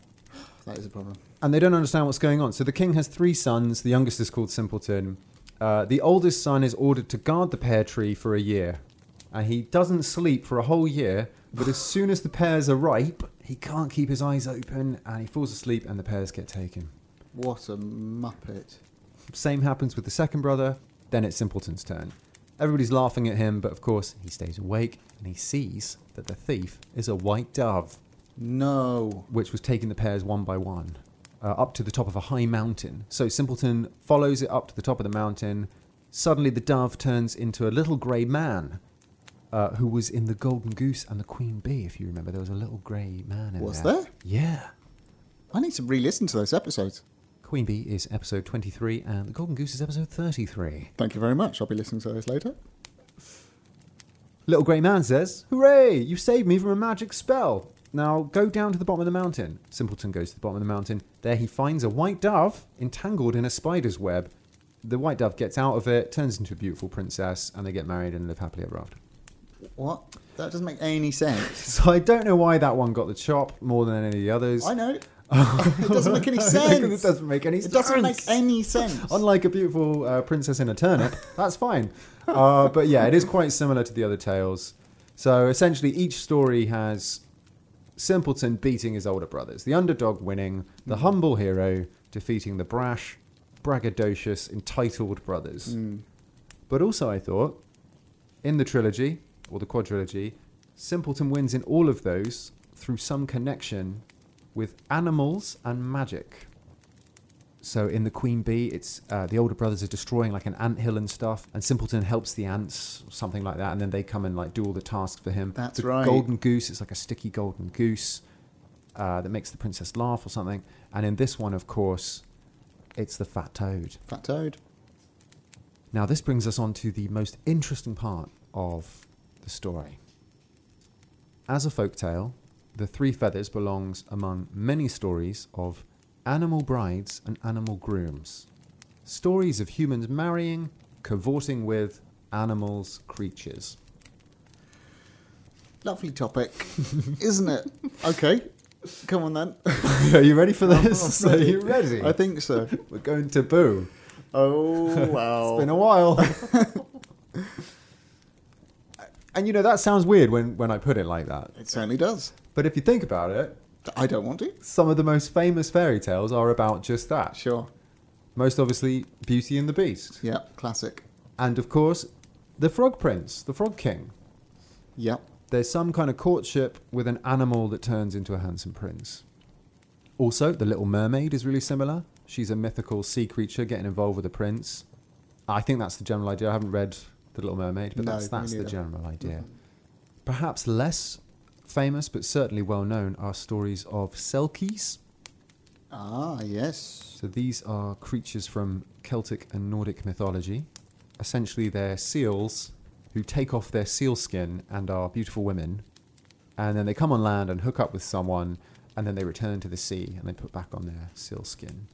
[SPEAKER 1] That is a problem.
[SPEAKER 2] and they don't understand what's going on. So the king has three sons. The youngest is called Simpleton. Uh, the oldest son is ordered to guard the pear tree for a year, and he doesn't sleep for a whole year. But as soon as the pears are ripe, he can't keep his eyes open, and he falls asleep, and the pears get taken.
[SPEAKER 1] What a muppet.
[SPEAKER 2] Same happens with the second brother. Then it's Simpleton's turn. Everybody's laughing at him, but of course he stays awake and he sees that the thief is a white dove
[SPEAKER 1] No.
[SPEAKER 2] which was taking the pairs one by one uh, up to the top of a high mountain. So Simpleton follows it up to the top of the mountain. Suddenly, the dove turns into a little grey man uh, who was in the Golden Goose and the Queen Bee, if you remember. There was a little grey man in
[SPEAKER 1] Was
[SPEAKER 2] there.
[SPEAKER 1] there?
[SPEAKER 2] Yeah.
[SPEAKER 1] I need to re listen to those episodes.
[SPEAKER 2] Queen Bee is episode 23, and the Golden Goose is episode 33.
[SPEAKER 1] Thank you very much. I'll be listening to those later.
[SPEAKER 2] Little Grey Man says, Hooray! You saved me from a magic spell! Now go down to the bottom of the mountain. Simpleton goes to the bottom of the mountain. There he finds a white dove entangled in a spider's web. The white dove gets out of it, turns into a beautiful princess, and they get married and live happily ever after.
[SPEAKER 1] What? That doesn't make any sense.
[SPEAKER 2] So I don't know why that one got the chop more than any of the others.
[SPEAKER 1] I know. it doesn't make any sense.
[SPEAKER 2] Because Oh. it doesn't make any
[SPEAKER 1] It doesn't make
[SPEAKER 2] sense.
[SPEAKER 1] any sense.
[SPEAKER 2] Unlike a beautiful uh, princess in a turnip, that's fine. uh, but yeah, it is quite similar to the other tales. So essentially, each story has Simpleton beating his older brothers, the underdog winning, the humble hero defeating the brash, braggadocious, entitled brothers. But also, I thought, in the trilogy, or the quadrilogy, Simpleton wins in all of those through some connection with animals and magic. So in the Queen Bee, it's uh, the older brothers are destroying like an ant hill and stuff, and Simpleton helps the ants, something like that, and then they come and like do all the tasks for him.
[SPEAKER 1] That's
[SPEAKER 2] the
[SPEAKER 1] right.
[SPEAKER 2] Golden goose, it's like a sticky golden goose uh, that makes the princess laugh or something. And in this one, of course, it's the fat toad.
[SPEAKER 1] Fat Toad.
[SPEAKER 2] Now, this brings us on to the most interesting part of the story. As a folktale, The Three Feathers belongs among many stories of animal brides and animal grooms. Stories of humans marrying, cavorting with animals, creatures.
[SPEAKER 1] Lovely topic, isn't it? Okay, come on then.
[SPEAKER 2] Are you ready for this?
[SPEAKER 1] I'm
[SPEAKER 2] Are you ready?
[SPEAKER 1] I think so.
[SPEAKER 2] We're going to boo.
[SPEAKER 1] Oh wow!
[SPEAKER 2] It's been a while. and you know, that sounds weird when, when I put it like that.
[SPEAKER 1] it certainly does.
[SPEAKER 2] But if you think about it,
[SPEAKER 1] I don't want to.
[SPEAKER 2] some of the most famous fairy tales are about just that.
[SPEAKER 1] Sure.
[SPEAKER 2] Most obviously, Beauty and the Beast.
[SPEAKER 1] Yeah. Classic.
[SPEAKER 2] And of course, the Frog Prince, the Frog King.
[SPEAKER 1] Yep.
[SPEAKER 2] There's some kind of courtship with an animal that turns into a handsome prince. Also, The Little Mermaid is really similar. She's a mythical sea creature getting involved with a prince. I think that's the general idea. I haven't read The Little Mermaid, but
[SPEAKER 1] No,
[SPEAKER 2] that's,
[SPEAKER 1] me
[SPEAKER 2] that's the
[SPEAKER 1] neither. Mm-hmm.
[SPEAKER 2] general idea. Perhaps less famous, but certainly well known, are stories of Selkies.
[SPEAKER 1] Ah yes.
[SPEAKER 2] So these are creatures from Celtic and Nordic mythology. Essentially, they're seals who take off their seal skin and are beautiful women. And then they come on land and hook up with someone, and then they return to the sea and they put back on their seal skin.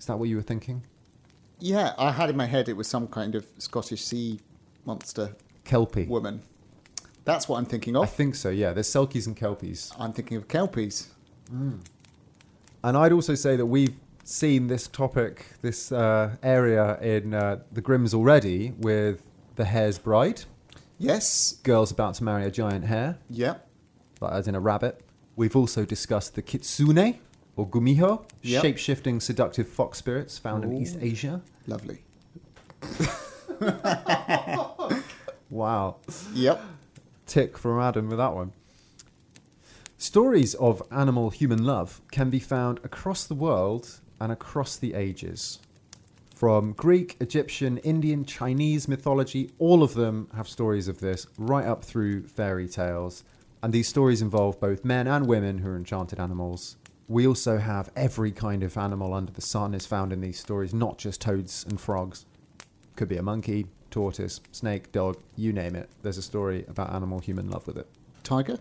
[SPEAKER 2] Is that what you were thinking?
[SPEAKER 1] Yeah, I had in my head it was some kind of Scottish sea monster
[SPEAKER 2] Kelpie.
[SPEAKER 1] woman. That's what I'm thinking
[SPEAKER 2] I
[SPEAKER 1] of.
[SPEAKER 2] think so, yeah. There's Selkies and Kelpies.
[SPEAKER 1] I'm thinking of kelpies.
[SPEAKER 2] And I'd also say that we've seen this topic, this uh, area in uh, the Grimms already with The Hare's Bride.
[SPEAKER 1] Yes.
[SPEAKER 2] Girls about to marry a giant hare.
[SPEAKER 1] Yep.
[SPEAKER 2] like as in a rabbit. We've also discussed the kitsune or gumiho,
[SPEAKER 1] Yep.
[SPEAKER 2] shape shifting seductive fox spirits found in
[SPEAKER 1] Ooh.
[SPEAKER 2] East Asia.
[SPEAKER 1] Lovely.
[SPEAKER 2] Wow.
[SPEAKER 1] Yep.
[SPEAKER 2] Tick from Adam with that one. Stories of animal human love can be found across the world and across the ages. From Greek, Egyptian, Indian, Chinese mythology, all of them have stories of this, right up through fairy tales. And these stories involve both men and women who are enchanted animals. We also have every kind of animal under the sun is found in these stories, not just toads and frogs. Could be a monkey, tortoise, snake, dog, you name it. There's a story about animal human love with it.
[SPEAKER 1] Tiger.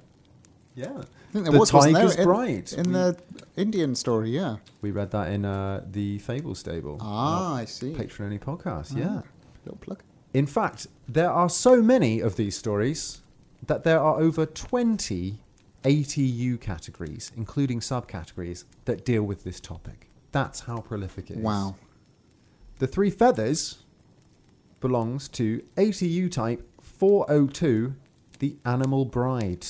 [SPEAKER 2] Yeah.
[SPEAKER 1] I think there
[SPEAKER 2] the
[SPEAKER 1] was wasn't there,
[SPEAKER 2] Tiger's
[SPEAKER 1] in-
[SPEAKER 2] Bride.
[SPEAKER 1] in
[SPEAKER 2] we,
[SPEAKER 1] the Indian story. Yeah.
[SPEAKER 2] we read that in uh, the Fable Stable.
[SPEAKER 1] Ah, I see.
[SPEAKER 2] Patron only podcast, yeah.
[SPEAKER 1] Little plug.
[SPEAKER 2] In fact, there are so many of these stories that there are over 20 ATU categories, including subcategories, that deal with this topic. That's how prolific it is.
[SPEAKER 1] Wow.
[SPEAKER 2] The Three Feathers belongs to ATU type 402, The Animal Bride.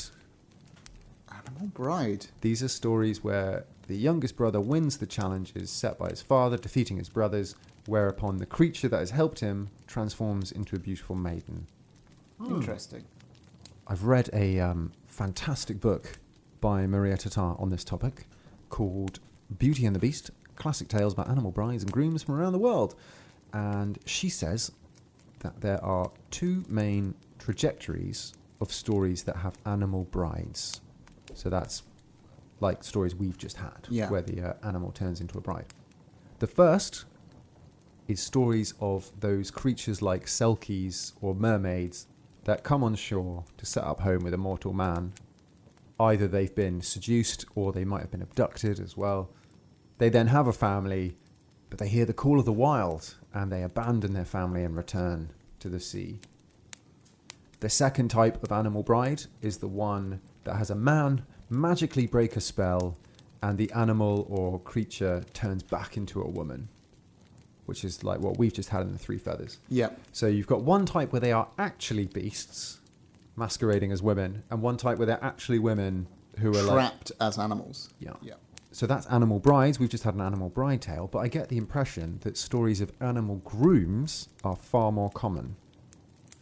[SPEAKER 1] Animal Bride.
[SPEAKER 2] These are stories where the youngest brother wins the challenges set by his father, defeating his brothers, whereupon the creature that has helped him transforms into a beautiful maiden.
[SPEAKER 1] Interesting.
[SPEAKER 2] I've read a um, fantastic book by Maria Tatar on this topic called Beauty and the Beast Classic Tales about Animal Brides and Grooms from Around the World. And she says that there are two main trajectories of stories that have animal brides. So that's like stories we've just had,
[SPEAKER 1] Yeah.
[SPEAKER 2] where the uh, animal turns into a bride. The first is stories of those creatures like selkies or mermaids that come on shore to set up home with a mortal man. Either they've been seduced or they might have been abducted as well. They then have a family, but they hear the call of the wild and they abandon their family and return to the sea. The second type of animal bride is the one that has a man magically break a spell and the animal or creature turns back into a woman. which is like what we've just had in the Three Feathers.
[SPEAKER 1] Yeah.
[SPEAKER 2] So you've got one type where they are actually beasts masquerading as women, and one type where they're actually women who are like
[SPEAKER 1] Trapped as animals.
[SPEAKER 2] Yeah.
[SPEAKER 1] Yeah.
[SPEAKER 2] So that's Animal Brides. We've just had an Animal Bride tale, but I get the impression that stories of animal grooms are far more common.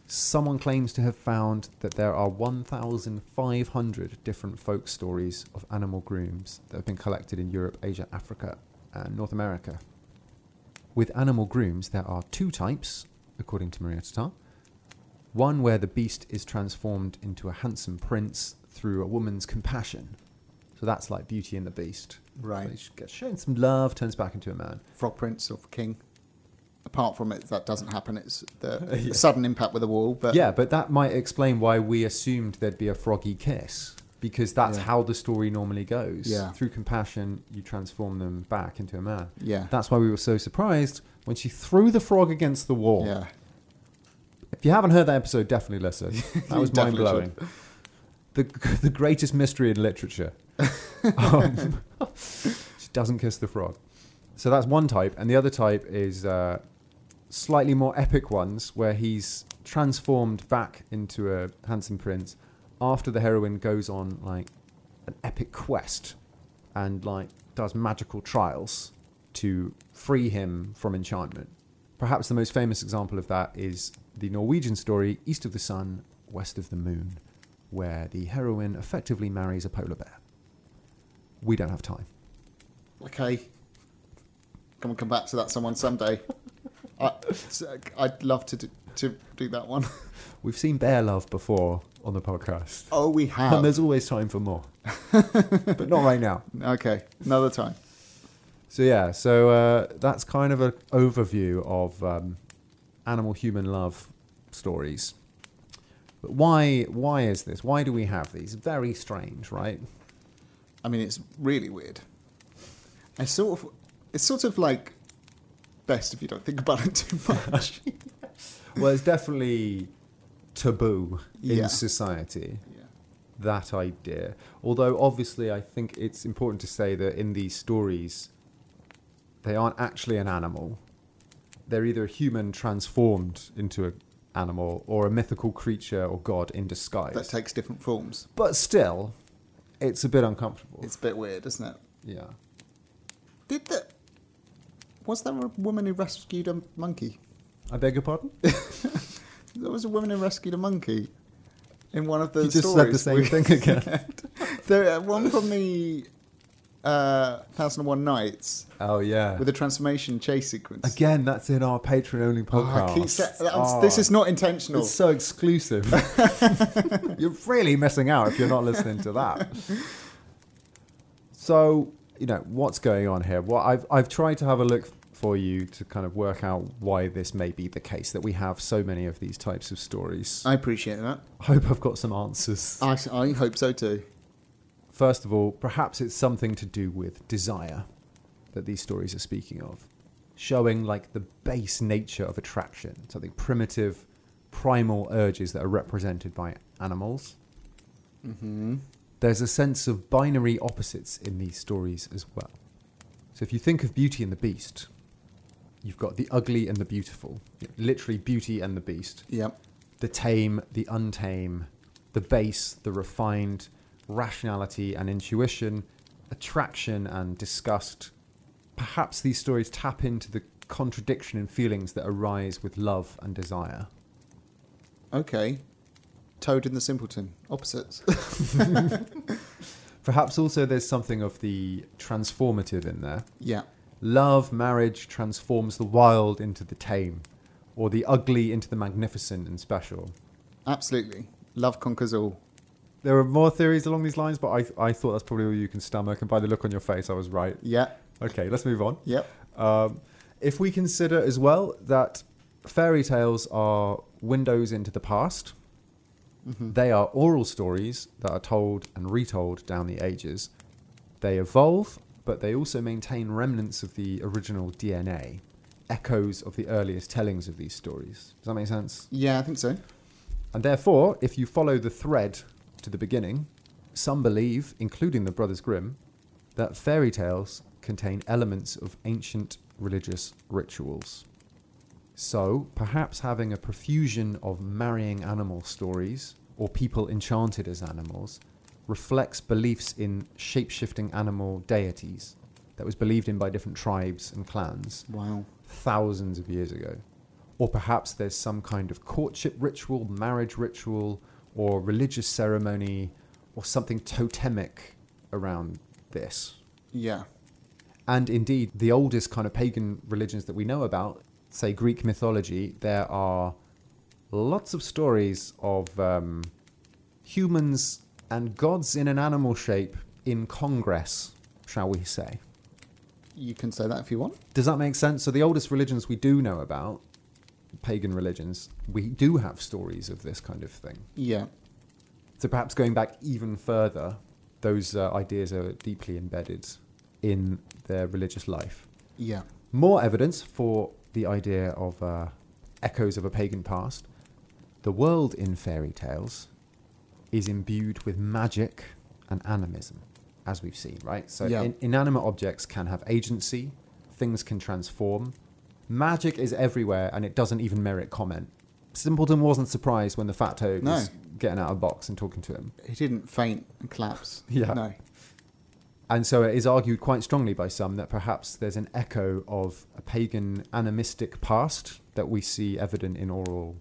[SPEAKER 2] Someone claims to have found that there are 1,500 different folk stories of animal grooms that have been collected in Europe, Asia, Africa, and North America. With animal grooms, there are two types, according to Maria Tatar. One where the beast is transformed into a handsome prince through a woman's compassion. So that's like Beauty and the Beast.
[SPEAKER 1] Right.
[SPEAKER 2] He gets shown some love, turns back into a man.
[SPEAKER 1] Frog Prince or King. Apart from it, that doesn't happen. It's the the sudden impact with a wall. But
[SPEAKER 2] yeah, but that might explain why we assumed there'd be a froggy kiss because that's
[SPEAKER 1] Yeah.
[SPEAKER 2] how the story normally goes.
[SPEAKER 1] Yeah.
[SPEAKER 2] Through compassion, you transform them back into a man.
[SPEAKER 1] Yeah.
[SPEAKER 2] That's why we were so surprised when she threw the frog against the wall.
[SPEAKER 1] yeah.
[SPEAKER 2] If you haven't heard that episode, definitely listen. That
[SPEAKER 1] You
[SPEAKER 2] was mind
[SPEAKER 1] definitely
[SPEAKER 2] blowing. The, the greatest mystery in literature. um, she doesn't kiss the frog. So that's one type. And the other type is uh, slightly more epic ones where he's transformed back into a handsome prince after the heroine goes on like an epic quest and like does magical trials to free him from enchantment. Perhaps the most famous example of that is the Norwegian story East of the Sun, West of the Moon, where the heroine effectively marries a polar bear. We don't have time.
[SPEAKER 1] Okay. Come and come back to that someone someday. I, I'd love to do, to do that one.
[SPEAKER 2] We've seen bear love before on the podcast.
[SPEAKER 1] Oh, we
[SPEAKER 2] And
[SPEAKER 1] have.
[SPEAKER 2] there's always time for more. but not right now.
[SPEAKER 1] Okay, another time.
[SPEAKER 2] So yeah, so uh, that's kind of an overview of um, animal-human love stories. But why why is this? Why do we have these? Very strange, right?
[SPEAKER 1] I mean, it's really weird. It's sort of, it's sort of like best if you don't think about it too much.
[SPEAKER 2] Well, it's definitely taboo in
[SPEAKER 1] Yeah.
[SPEAKER 2] society.
[SPEAKER 1] yeah.
[SPEAKER 2] that idea. Although, obviously, I think it's important to say that in these stories, they aren't actually an animal. They're either a human transformed into an animal or a mythical creature or god in disguise.
[SPEAKER 1] That takes different forms.
[SPEAKER 2] but still, it's a bit uncomfortable.
[SPEAKER 1] It's a bit weird, isn't it?
[SPEAKER 2] yeah.
[SPEAKER 1] Did the was there a woman who rescued a monkey?
[SPEAKER 2] I beg your pardon?
[SPEAKER 1] There was a woman who rescued a monkey in one of the
[SPEAKER 2] you just said the
[SPEAKER 1] stories.
[SPEAKER 2] same
[SPEAKER 1] we-
[SPEAKER 2] thing again.
[SPEAKER 1] There, uh, one from the uh, Thousand and One Nights
[SPEAKER 2] oh, yeah.
[SPEAKER 1] with a transformation chase sequence.
[SPEAKER 2] Again, that's in our patron only
[SPEAKER 1] Oh, I
[SPEAKER 2] podcast.
[SPEAKER 1] keep sa- that- I'm- This
[SPEAKER 2] Oh.
[SPEAKER 1] is not intentional.
[SPEAKER 2] It's so exclusive. you're really missing out if you're not listening to that. So, you know, what's going on here? Well, I've, I've tried to have a look for you to kind of work out why this may be the case that we have so many of these types of stories.
[SPEAKER 1] I appreciate that.
[SPEAKER 2] I hope I've got some answers.
[SPEAKER 1] I, I hope so too.
[SPEAKER 2] First of all, perhaps it's something to do with desire that these stories are speaking of, showing like the base nature of attraction, something primitive, primal urges that are represented by animals.
[SPEAKER 1] Mm-hmm.
[SPEAKER 2] There's a sense of binary opposites in these stories as well. So if you think of Beauty and the Beast, you've got the ugly and the beautiful, literally, Beauty and the Beast
[SPEAKER 1] Yep.
[SPEAKER 2] the tame, the untame, the base, the refined, rationality and intuition, attraction and disgust. Perhaps these stories tap into the contradiction in feelings that arise with love and desire.
[SPEAKER 1] Okay. Toad and the Simpleton. Opposites.
[SPEAKER 2] Perhaps also there's something of the transformative in there.
[SPEAKER 1] yeah.
[SPEAKER 2] Love, marriage transforms the wild into the tame, or the ugly into the magnificent and special.
[SPEAKER 1] Absolutely. Love conquers all.
[SPEAKER 2] There are more theories along these lines, but I, I thought that's probably all you can stomach, and by the look on your face, I was right.
[SPEAKER 1] Yeah.
[SPEAKER 2] Okay, let's move on.
[SPEAKER 1] Yep.
[SPEAKER 2] Um, if we consider as well that fairy tales are windows into the past, they are oral stories that are told and retold down the ages. They evolve, but they also maintain remnants of the original DNA, echoes of the earliest tellings of these stories. Does that make sense?
[SPEAKER 1] Yeah, I think so.
[SPEAKER 2] And therefore, if you follow the thread to the beginning, some believe, including the Brothers Grimm, that fairy tales contain elements of ancient religious rituals. So, perhaps having a profusion of marrying animal stories or people enchanted as animals reflects beliefs in shape shifting animal deities that was believed in by different tribes and clans
[SPEAKER 1] Wow.
[SPEAKER 2] thousands of years ago. Or perhaps there's some kind of courtship ritual, marriage ritual, or religious ceremony, or something totemic around this.
[SPEAKER 1] Yeah.
[SPEAKER 2] And indeed, the oldest kind of pagan religions that we know about, say Greek mythology, there are lots of stories of um, humans and gods in an animal shape in congress, shall we say.
[SPEAKER 1] You can say that if you want.
[SPEAKER 2] Does that make sense? So the oldest religions we do know about, pagan religions, we do have stories of this kind of thing.
[SPEAKER 1] Yeah.
[SPEAKER 2] So perhaps going back even further, those uh, ideas are deeply embedded in their religious life.
[SPEAKER 1] Yeah.
[SPEAKER 2] More evidence for the idea of uh, echoes of a pagan past. The world in fairy tales is imbued with magic and animism, as we've seen, right? So
[SPEAKER 1] Yeah.
[SPEAKER 2] in- inanimate objects can have agency, things can transform. Magic is everywhere and it doesn't even merit comment. Simpleton wasn't surprised when the fat toad was
[SPEAKER 1] No.
[SPEAKER 2] getting out of box and talking to him.
[SPEAKER 1] He didn't faint and collapse.
[SPEAKER 2] Yeah.
[SPEAKER 1] No.
[SPEAKER 2] And so it is argued quite strongly by some that perhaps there's an echo of a pagan animistic past that we see evident in oral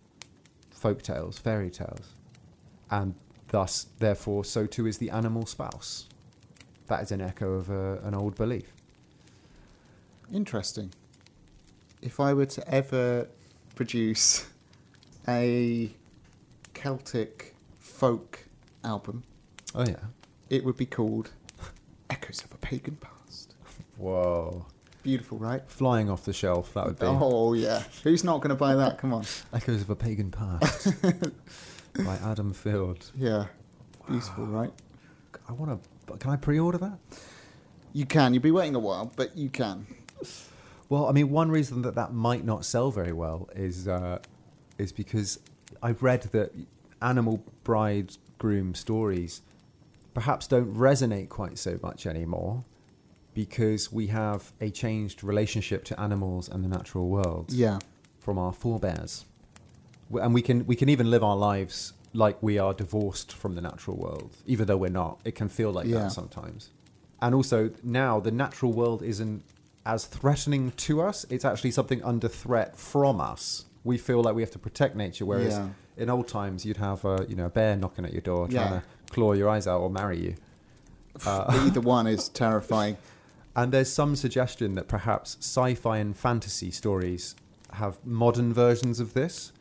[SPEAKER 2] folk tales, fairy tales. And thus, therefore, so too is the animal spouse. That is an echo of a, an old belief.
[SPEAKER 1] Interesting. If I were to ever produce a Celtic folk album,
[SPEAKER 2] Oh, yeah.
[SPEAKER 1] it would be called Echoes of a Pagan Past.
[SPEAKER 2] Whoa.
[SPEAKER 1] Beautiful, right?
[SPEAKER 2] Flying off the shelf, that would be.
[SPEAKER 1] Oh, yeah. Who's not going to buy that? Come on.
[SPEAKER 2] Echoes of a Pagan Past by Adam Field.
[SPEAKER 1] Yeah. Beautiful, right?
[SPEAKER 2] I want to. Can I pre order that?
[SPEAKER 1] You can. You'll be waiting a while, but you can.
[SPEAKER 2] Well, I mean, one reason that that might not sell very well is uh, is because I've read that animal bridegroom stories perhaps don't resonate quite so much anymore because we have a changed relationship to animals and the natural world
[SPEAKER 1] Yeah.
[SPEAKER 2] from our forebears, W- and we can we can even live our lives like we are divorced from the natural world, even though we're not. It can feel like
[SPEAKER 1] Yeah.
[SPEAKER 2] that sometimes. And also now the natural world isn't as threatening to us. It's actually something under threat from us. We feel like we have to protect nature, whereas
[SPEAKER 1] Yeah.
[SPEAKER 2] in old times you'd have a you know a bear knocking at your door trying
[SPEAKER 1] Yeah.
[SPEAKER 2] to claw your eyes out or marry you. Uh.
[SPEAKER 1] Either one is terrifying.
[SPEAKER 2] And there's some suggestion that perhaps sci fi and fantasy stories have modern versions of this,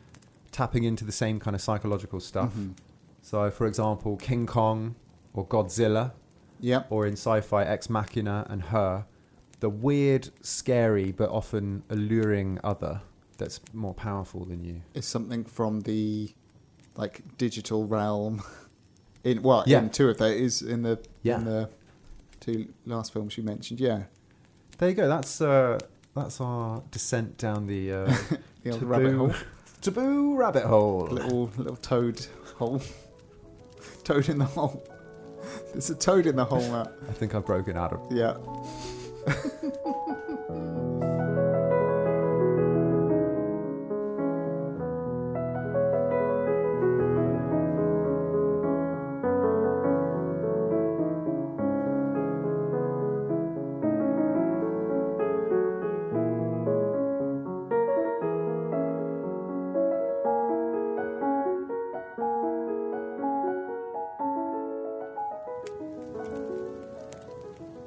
[SPEAKER 2] tapping into the same kind of psychological stuff.
[SPEAKER 1] Mm-hmm.
[SPEAKER 2] So, for example, King Kong or Godzilla,
[SPEAKER 1] Yep.
[SPEAKER 2] or in sci fi Ex Machina and Her, the weird, scary, but often alluring other that's more powerful than you.
[SPEAKER 1] It's something from the like digital realm. In well,
[SPEAKER 2] Yeah.
[SPEAKER 1] in two of those in the
[SPEAKER 2] Yeah.
[SPEAKER 1] in the two last films you mentioned. Yeah.
[SPEAKER 2] There you go. That's, uh, that's our descent down the, uh,
[SPEAKER 1] The old
[SPEAKER 2] taboo,
[SPEAKER 1] rabbit hole.
[SPEAKER 2] taboo rabbit hole.
[SPEAKER 1] Little little toad hole. toad in the hole. There's a toad in the hole now.
[SPEAKER 2] I think I've broken out of
[SPEAKER 1] Yeah.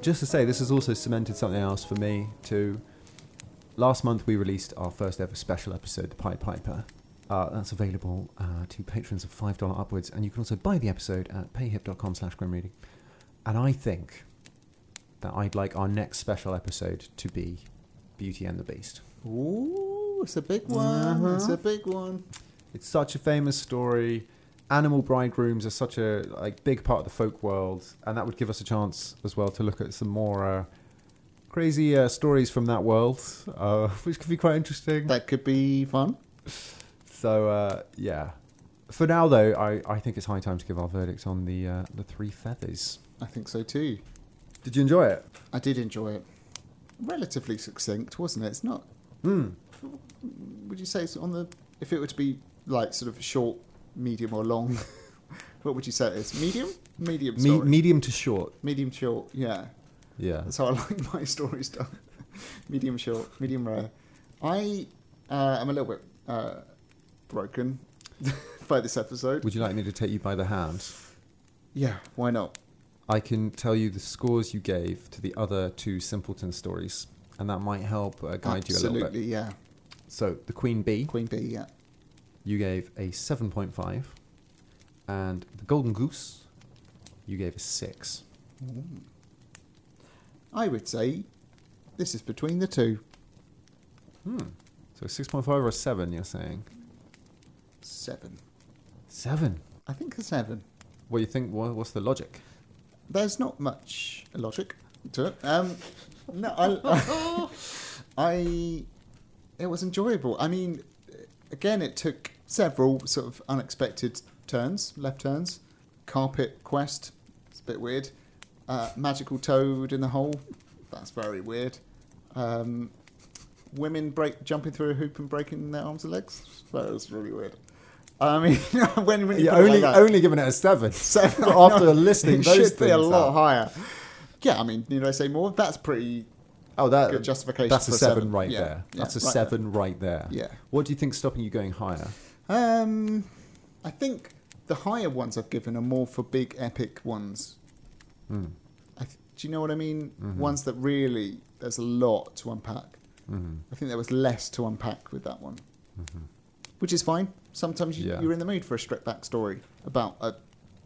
[SPEAKER 2] just to say, this has also cemented something else for me too. Last month, we released our first ever special episode, The Pied Piper. Uh, that's available uh, to patrons of $5 upwards, and you can also buy the episode at payhip.com slash grimreading. And I think that I'd like our next special episode to be Beauty and the Beast.
[SPEAKER 1] Ooh, it's a big one. It's a big one.
[SPEAKER 2] It's such a famous story. Animal bridegrooms are such a like big part of the folk world, and that would give us a chance as well to look at some more uh, crazy uh, stories from that world, uh, which could be quite interesting.
[SPEAKER 1] That could be fun.
[SPEAKER 2] So uh, yeah, for now though, I, I think it's high time to give our verdicts on the uh, the three feathers.
[SPEAKER 1] I think so too.
[SPEAKER 2] Did you enjoy it?
[SPEAKER 1] I did enjoy it. relatively succinct, wasn't it? It's not.
[SPEAKER 2] Hmm.
[SPEAKER 1] Would you say it's on the. If it were to be like sort of short, medium, or long, what would you say it is? Medium? Medium,
[SPEAKER 2] Me-
[SPEAKER 1] sorry.
[SPEAKER 2] medium to short.
[SPEAKER 1] medium, short, yeah.
[SPEAKER 2] Yeah.
[SPEAKER 1] That's how I like my stories done. medium short, medium rare. I uh, am a little bit uh, broken by this episode.
[SPEAKER 2] Would you like me to take you by the hand?
[SPEAKER 1] yeah, why not?
[SPEAKER 2] I can tell you the scores you gave to the other two simpleton stories, and that might help uh, guide you a little
[SPEAKER 1] Absolutely,
[SPEAKER 2] bit.
[SPEAKER 1] yeah.
[SPEAKER 2] So, the Queen Bee,
[SPEAKER 1] Queen bee, yeah.
[SPEAKER 2] you gave a 7.5, and the Golden Goose, you gave a 6.
[SPEAKER 1] I would say this is between the two.
[SPEAKER 2] Hmm. So, 6.5 or a 7, you're saying?
[SPEAKER 1] Seven.
[SPEAKER 2] 7.
[SPEAKER 1] I think a seven.
[SPEAKER 2] What do you think? Wha what's the logic?
[SPEAKER 1] There's not much logic to it. Um, no, I, I. It was enjoyable. I mean, again, it took several sort of unexpected turns, left turns. Carpet quest, it's a bit weird. Uh, magical toad in the hole, that's very weird. Um, women break jumping through a hoop and breaking their arms and legs, that was really weird. I mean, when, when you put it like that-
[SPEAKER 2] giving it a 7.
[SPEAKER 1] so
[SPEAKER 2] After listening
[SPEAKER 1] it
[SPEAKER 2] those
[SPEAKER 1] should be a
[SPEAKER 2] things
[SPEAKER 1] lot
[SPEAKER 2] out.
[SPEAKER 1] higher. Yeah, I mean, need I say more? That's pretty.
[SPEAKER 2] Oh, that,
[SPEAKER 1] Good justification
[SPEAKER 2] That's a
[SPEAKER 1] for a
[SPEAKER 2] 7
[SPEAKER 1] seven.
[SPEAKER 2] right
[SPEAKER 1] Yeah,
[SPEAKER 2] there.
[SPEAKER 1] yeah,
[SPEAKER 2] that's a
[SPEAKER 1] right
[SPEAKER 2] 7 right there.
[SPEAKER 1] Yeah.
[SPEAKER 2] What do you think's stopping you going higher?
[SPEAKER 1] Um, I think the higher ones I've given are more for big epic ones.
[SPEAKER 2] Hmm.
[SPEAKER 1] I th- do you know what I mean?
[SPEAKER 2] Mm-hmm.
[SPEAKER 1] Ones that really there's a lot to unpack.
[SPEAKER 2] Mm-hmm.
[SPEAKER 1] I think there was less to unpack with that one, which is fine. Sometimes you,
[SPEAKER 2] Yeah.
[SPEAKER 1] you're in the mood for a stripped back story about a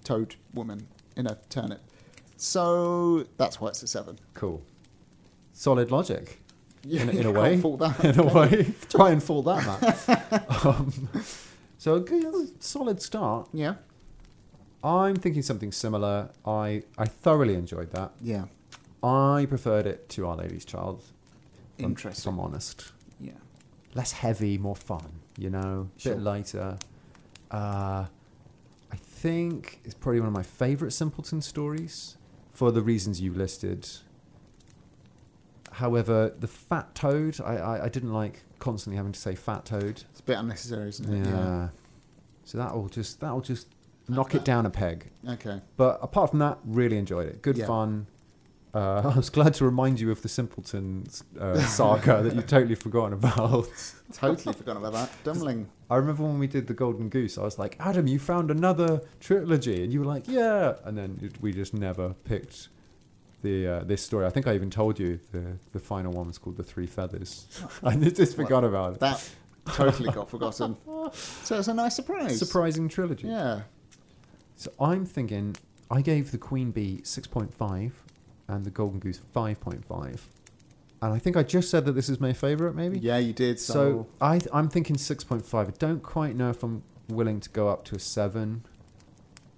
[SPEAKER 1] toad woman in a turnip. So that's why it's a seven.
[SPEAKER 2] Cool. Solid logic.
[SPEAKER 1] Yeah,
[SPEAKER 2] in, a- in
[SPEAKER 1] you
[SPEAKER 2] a
[SPEAKER 1] can't
[SPEAKER 2] way.
[SPEAKER 1] fault that,
[SPEAKER 2] in a way. Try and fault that, man. um, so, g- solid start.
[SPEAKER 1] Yeah.
[SPEAKER 2] I'm thinking something similar. I, I thoroughly enjoyed that.
[SPEAKER 1] Yeah.
[SPEAKER 2] I preferred it to Our Lady's Child. if I'm- If
[SPEAKER 1] Interesting.
[SPEAKER 2] I'm honest.
[SPEAKER 1] Yeah.
[SPEAKER 2] Less heavy, more fun, you know?
[SPEAKER 1] Sure.
[SPEAKER 2] Bit lighter. Uh, I think it's probably one of my favourite Simpleton stories for the reasons you listed. However, the fat toad, I, I, I didn't like constantly having to say fat toad.
[SPEAKER 1] It's a bit unnecessary, isn't
[SPEAKER 2] Yeah.
[SPEAKER 1] it?
[SPEAKER 2] So that'll just that'll just knock it down a peg.
[SPEAKER 1] Yeah. Okay.
[SPEAKER 2] But apart from that, really enjoyed it. Good
[SPEAKER 1] Yeah.
[SPEAKER 2] fun. Uh, I was glad to remind you of the Simpleton uh, saga that you've totally forgotten about.
[SPEAKER 1] Totally forgot about that. Dumbling.
[SPEAKER 2] I remember when we did the Golden Goose, I was like, Adam, you found another trilogy, and you were like, yeah. And then it, we just never picked the uh, this story. I think I even told you the the final one was called the Three Feathers. I just forgot about it.
[SPEAKER 1] That totally got forgotten. So it's a nice surprise.
[SPEAKER 2] surprising trilogy.
[SPEAKER 1] Yeah.
[SPEAKER 2] So I'm thinking I gave the Queen Bee 6.5 and the Golden Goose 5.5. And I think I just said that this is my favourite, maybe?
[SPEAKER 1] Yeah, you did. So,
[SPEAKER 2] So I, I'm thinking 6.5. I don't quite know if I'm willing to go up to a 7.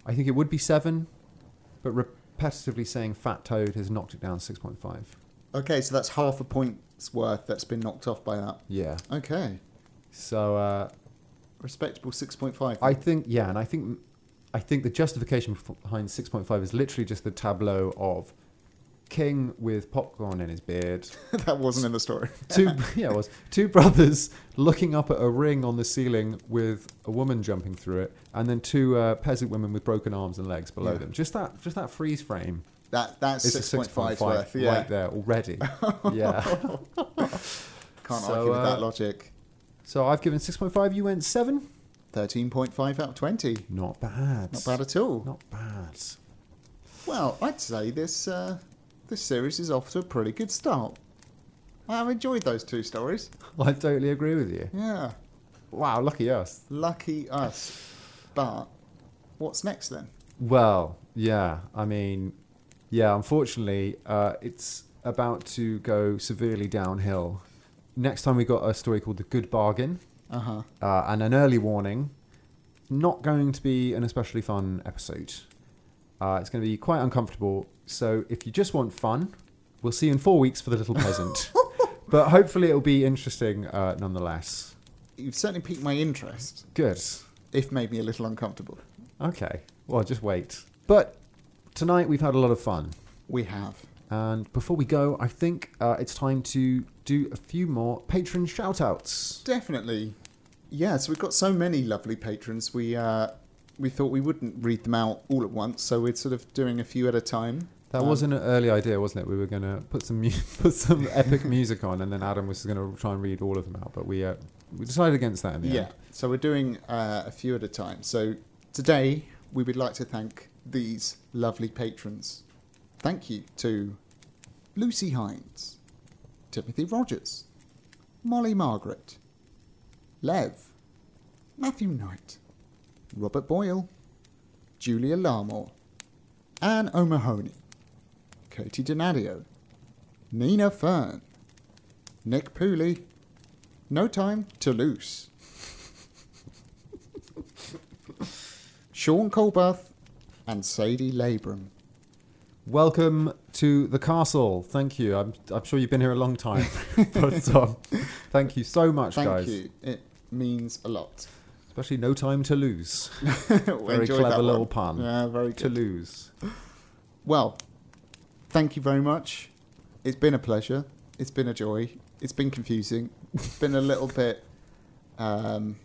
[SPEAKER 2] I think it would be 7, but repetitively saying Fat Toad has knocked it down 6.5.
[SPEAKER 1] okay, so that's half a point's worth that's been knocked off by that.
[SPEAKER 2] Yeah.
[SPEAKER 1] Okay.
[SPEAKER 2] So uh,
[SPEAKER 1] Respectable 6.5.
[SPEAKER 2] I think yeah, and I think I think the justification f- behind six point five is literally just the tableau of king with popcorn in his beard,
[SPEAKER 1] that wasn't in the story.
[SPEAKER 2] two yeah it was two brothers looking up at a ring on the ceiling with a woman jumping through it, and then two uh, peasant women with broken arms and legs below
[SPEAKER 1] Yeah.
[SPEAKER 2] them. Just that just that freeze frame
[SPEAKER 1] That That's
[SPEAKER 2] is
[SPEAKER 1] 6.5's
[SPEAKER 2] a 6.5
[SPEAKER 1] worth. Yeah.
[SPEAKER 2] right there already. yeah.
[SPEAKER 1] Can't
[SPEAKER 2] So,
[SPEAKER 1] argue with
[SPEAKER 2] uh,
[SPEAKER 1] that logic.
[SPEAKER 2] So I've given six point five. You went seven.
[SPEAKER 1] 13.5 out of 20.
[SPEAKER 2] Not bad.
[SPEAKER 1] Not bad at all.
[SPEAKER 2] Not bad.
[SPEAKER 1] Well, I'd say this uh, this series is off to a pretty good start. I've enjoyed those two stories.
[SPEAKER 2] I totally agree with you.
[SPEAKER 1] Yeah,
[SPEAKER 2] Wow, lucky us.
[SPEAKER 1] lucky us. But what's next then?
[SPEAKER 2] Well, yeah. I mean, yeah. Unfortunately, uh, it's about to go severely downhill. Next time we got a story called "The Good Bargain,"
[SPEAKER 1] Uh huh.
[SPEAKER 2] uh, and an early warning: not going to be an especially fun episode. Uh, it's going to be quite uncomfortable. So, if you just want fun, we'll see you in four weeks for the Little Peasant. but hopefully, it'll be interesting uh, nonetheless.
[SPEAKER 1] You've certainly piqued my interest,
[SPEAKER 2] Good.
[SPEAKER 1] if made me a little uncomfortable.
[SPEAKER 2] Okay. Well, just wait. But tonight we've had a lot of fun.
[SPEAKER 1] We have.
[SPEAKER 2] And before we go, I think uh, it's time to do a few more patron shout outs.
[SPEAKER 1] Definitely. Yeah, so we've got so many lovely patrons. We uh, we thought we wouldn't read them out all at once, so we're sort of doing a few at a time.
[SPEAKER 2] That
[SPEAKER 1] Um,
[SPEAKER 2] was an early idea, wasn't it? We were going to put some mu- put some epic music on, and then Adam was going to try and read all of them out, but we uh, we decided against that in the
[SPEAKER 1] Yeah.
[SPEAKER 2] end.
[SPEAKER 1] So we're doing uh, a few at a time. So today we would like to thank these lovely patrons. Thank you to Lucy Hines, Timothy Rogers, Molly Margaret, Lev, Matthew Knight, Robert Boyle, Julia Larmore, Anne O'Mahony, Katie Donadio, Nina Fern, Nick Pooley, No Time to Loose, Sean Colbath, and Sadie Labram.
[SPEAKER 2] Welcome to the castle. Thank you. I'm, I'm sure you've been here a long time, but um, thank you so much,
[SPEAKER 1] Thank
[SPEAKER 2] guys.
[SPEAKER 1] you. It means a lot.
[SPEAKER 2] Especially no time to lose.
[SPEAKER 1] Very
[SPEAKER 2] clever little pun.
[SPEAKER 1] Yeah, very
[SPEAKER 2] to
[SPEAKER 1] good.
[SPEAKER 2] lose.
[SPEAKER 1] Well, thank you very much. It's been a pleasure. It's been a joy. It's been confusing. It's been a little bit um,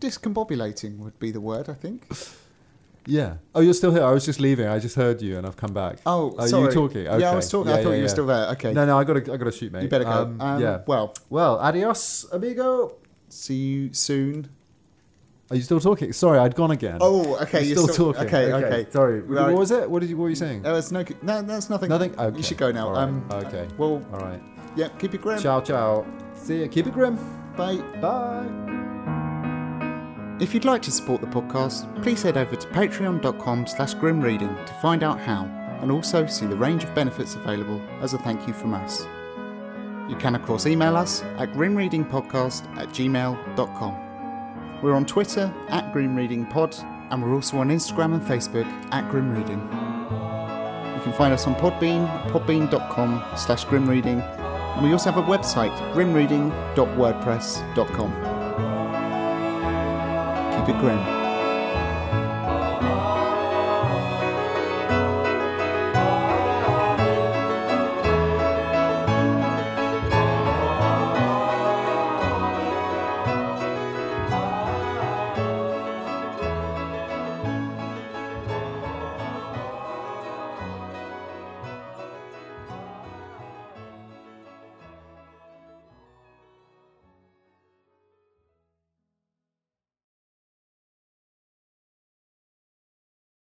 [SPEAKER 1] discombobulating would be the word, I think.
[SPEAKER 2] Yeah. Oh, you're still here. I was just leaving. I just heard you, and I've come back.
[SPEAKER 1] Oh,
[SPEAKER 2] Are you
[SPEAKER 1] sorry.
[SPEAKER 2] talking?
[SPEAKER 1] Yeah, I
[SPEAKER 2] Okay.
[SPEAKER 1] was talking. I
[SPEAKER 2] Yeah,
[SPEAKER 1] thought
[SPEAKER 2] yeah,
[SPEAKER 1] you were
[SPEAKER 2] yeah.
[SPEAKER 1] still there. Okay.
[SPEAKER 2] No, no. I gotta I gotta shoot, mate.
[SPEAKER 1] you better go.
[SPEAKER 2] Um,
[SPEAKER 1] Um,
[SPEAKER 2] yeah.
[SPEAKER 1] Well,
[SPEAKER 2] Well, adios, amigo.
[SPEAKER 1] see you soon.
[SPEAKER 2] Are you still talking? Sorry, I'd gone again.
[SPEAKER 1] Oh, okay.
[SPEAKER 2] You're
[SPEAKER 1] You're,
[SPEAKER 2] still talking.
[SPEAKER 1] Okay, okay.
[SPEAKER 2] Okay, sorry.
[SPEAKER 1] Right. Uh,
[SPEAKER 2] What was it? What did you? What were you saying?
[SPEAKER 1] No, it's no, no, that's nothing.
[SPEAKER 2] Nothing. Okay.
[SPEAKER 1] You should go now.
[SPEAKER 2] All right.
[SPEAKER 1] Um,
[SPEAKER 2] okay.
[SPEAKER 1] Well,
[SPEAKER 2] All right.
[SPEAKER 1] yeah, keep it grim.
[SPEAKER 2] Ciao, ciao. See ya. Keep it grim.
[SPEAKER 1] Bye.
[SPEAKER 2] Bye.
[SPEAKER 1] If you'd like to support the podcast, please head over to patreon.com slash grimreading to find out how, and also see the range of benefits available as a thank you from us. You can of course email us at grimreadingpodcast at gmail.com. We're on Twitter at grimreadingpod, and we're also on Instagram and Facebook at grimreading. You can find us on Podbean, podbean.com slash grimreading, and we also have a website, grimreading.wordpress.com. Keep it grim.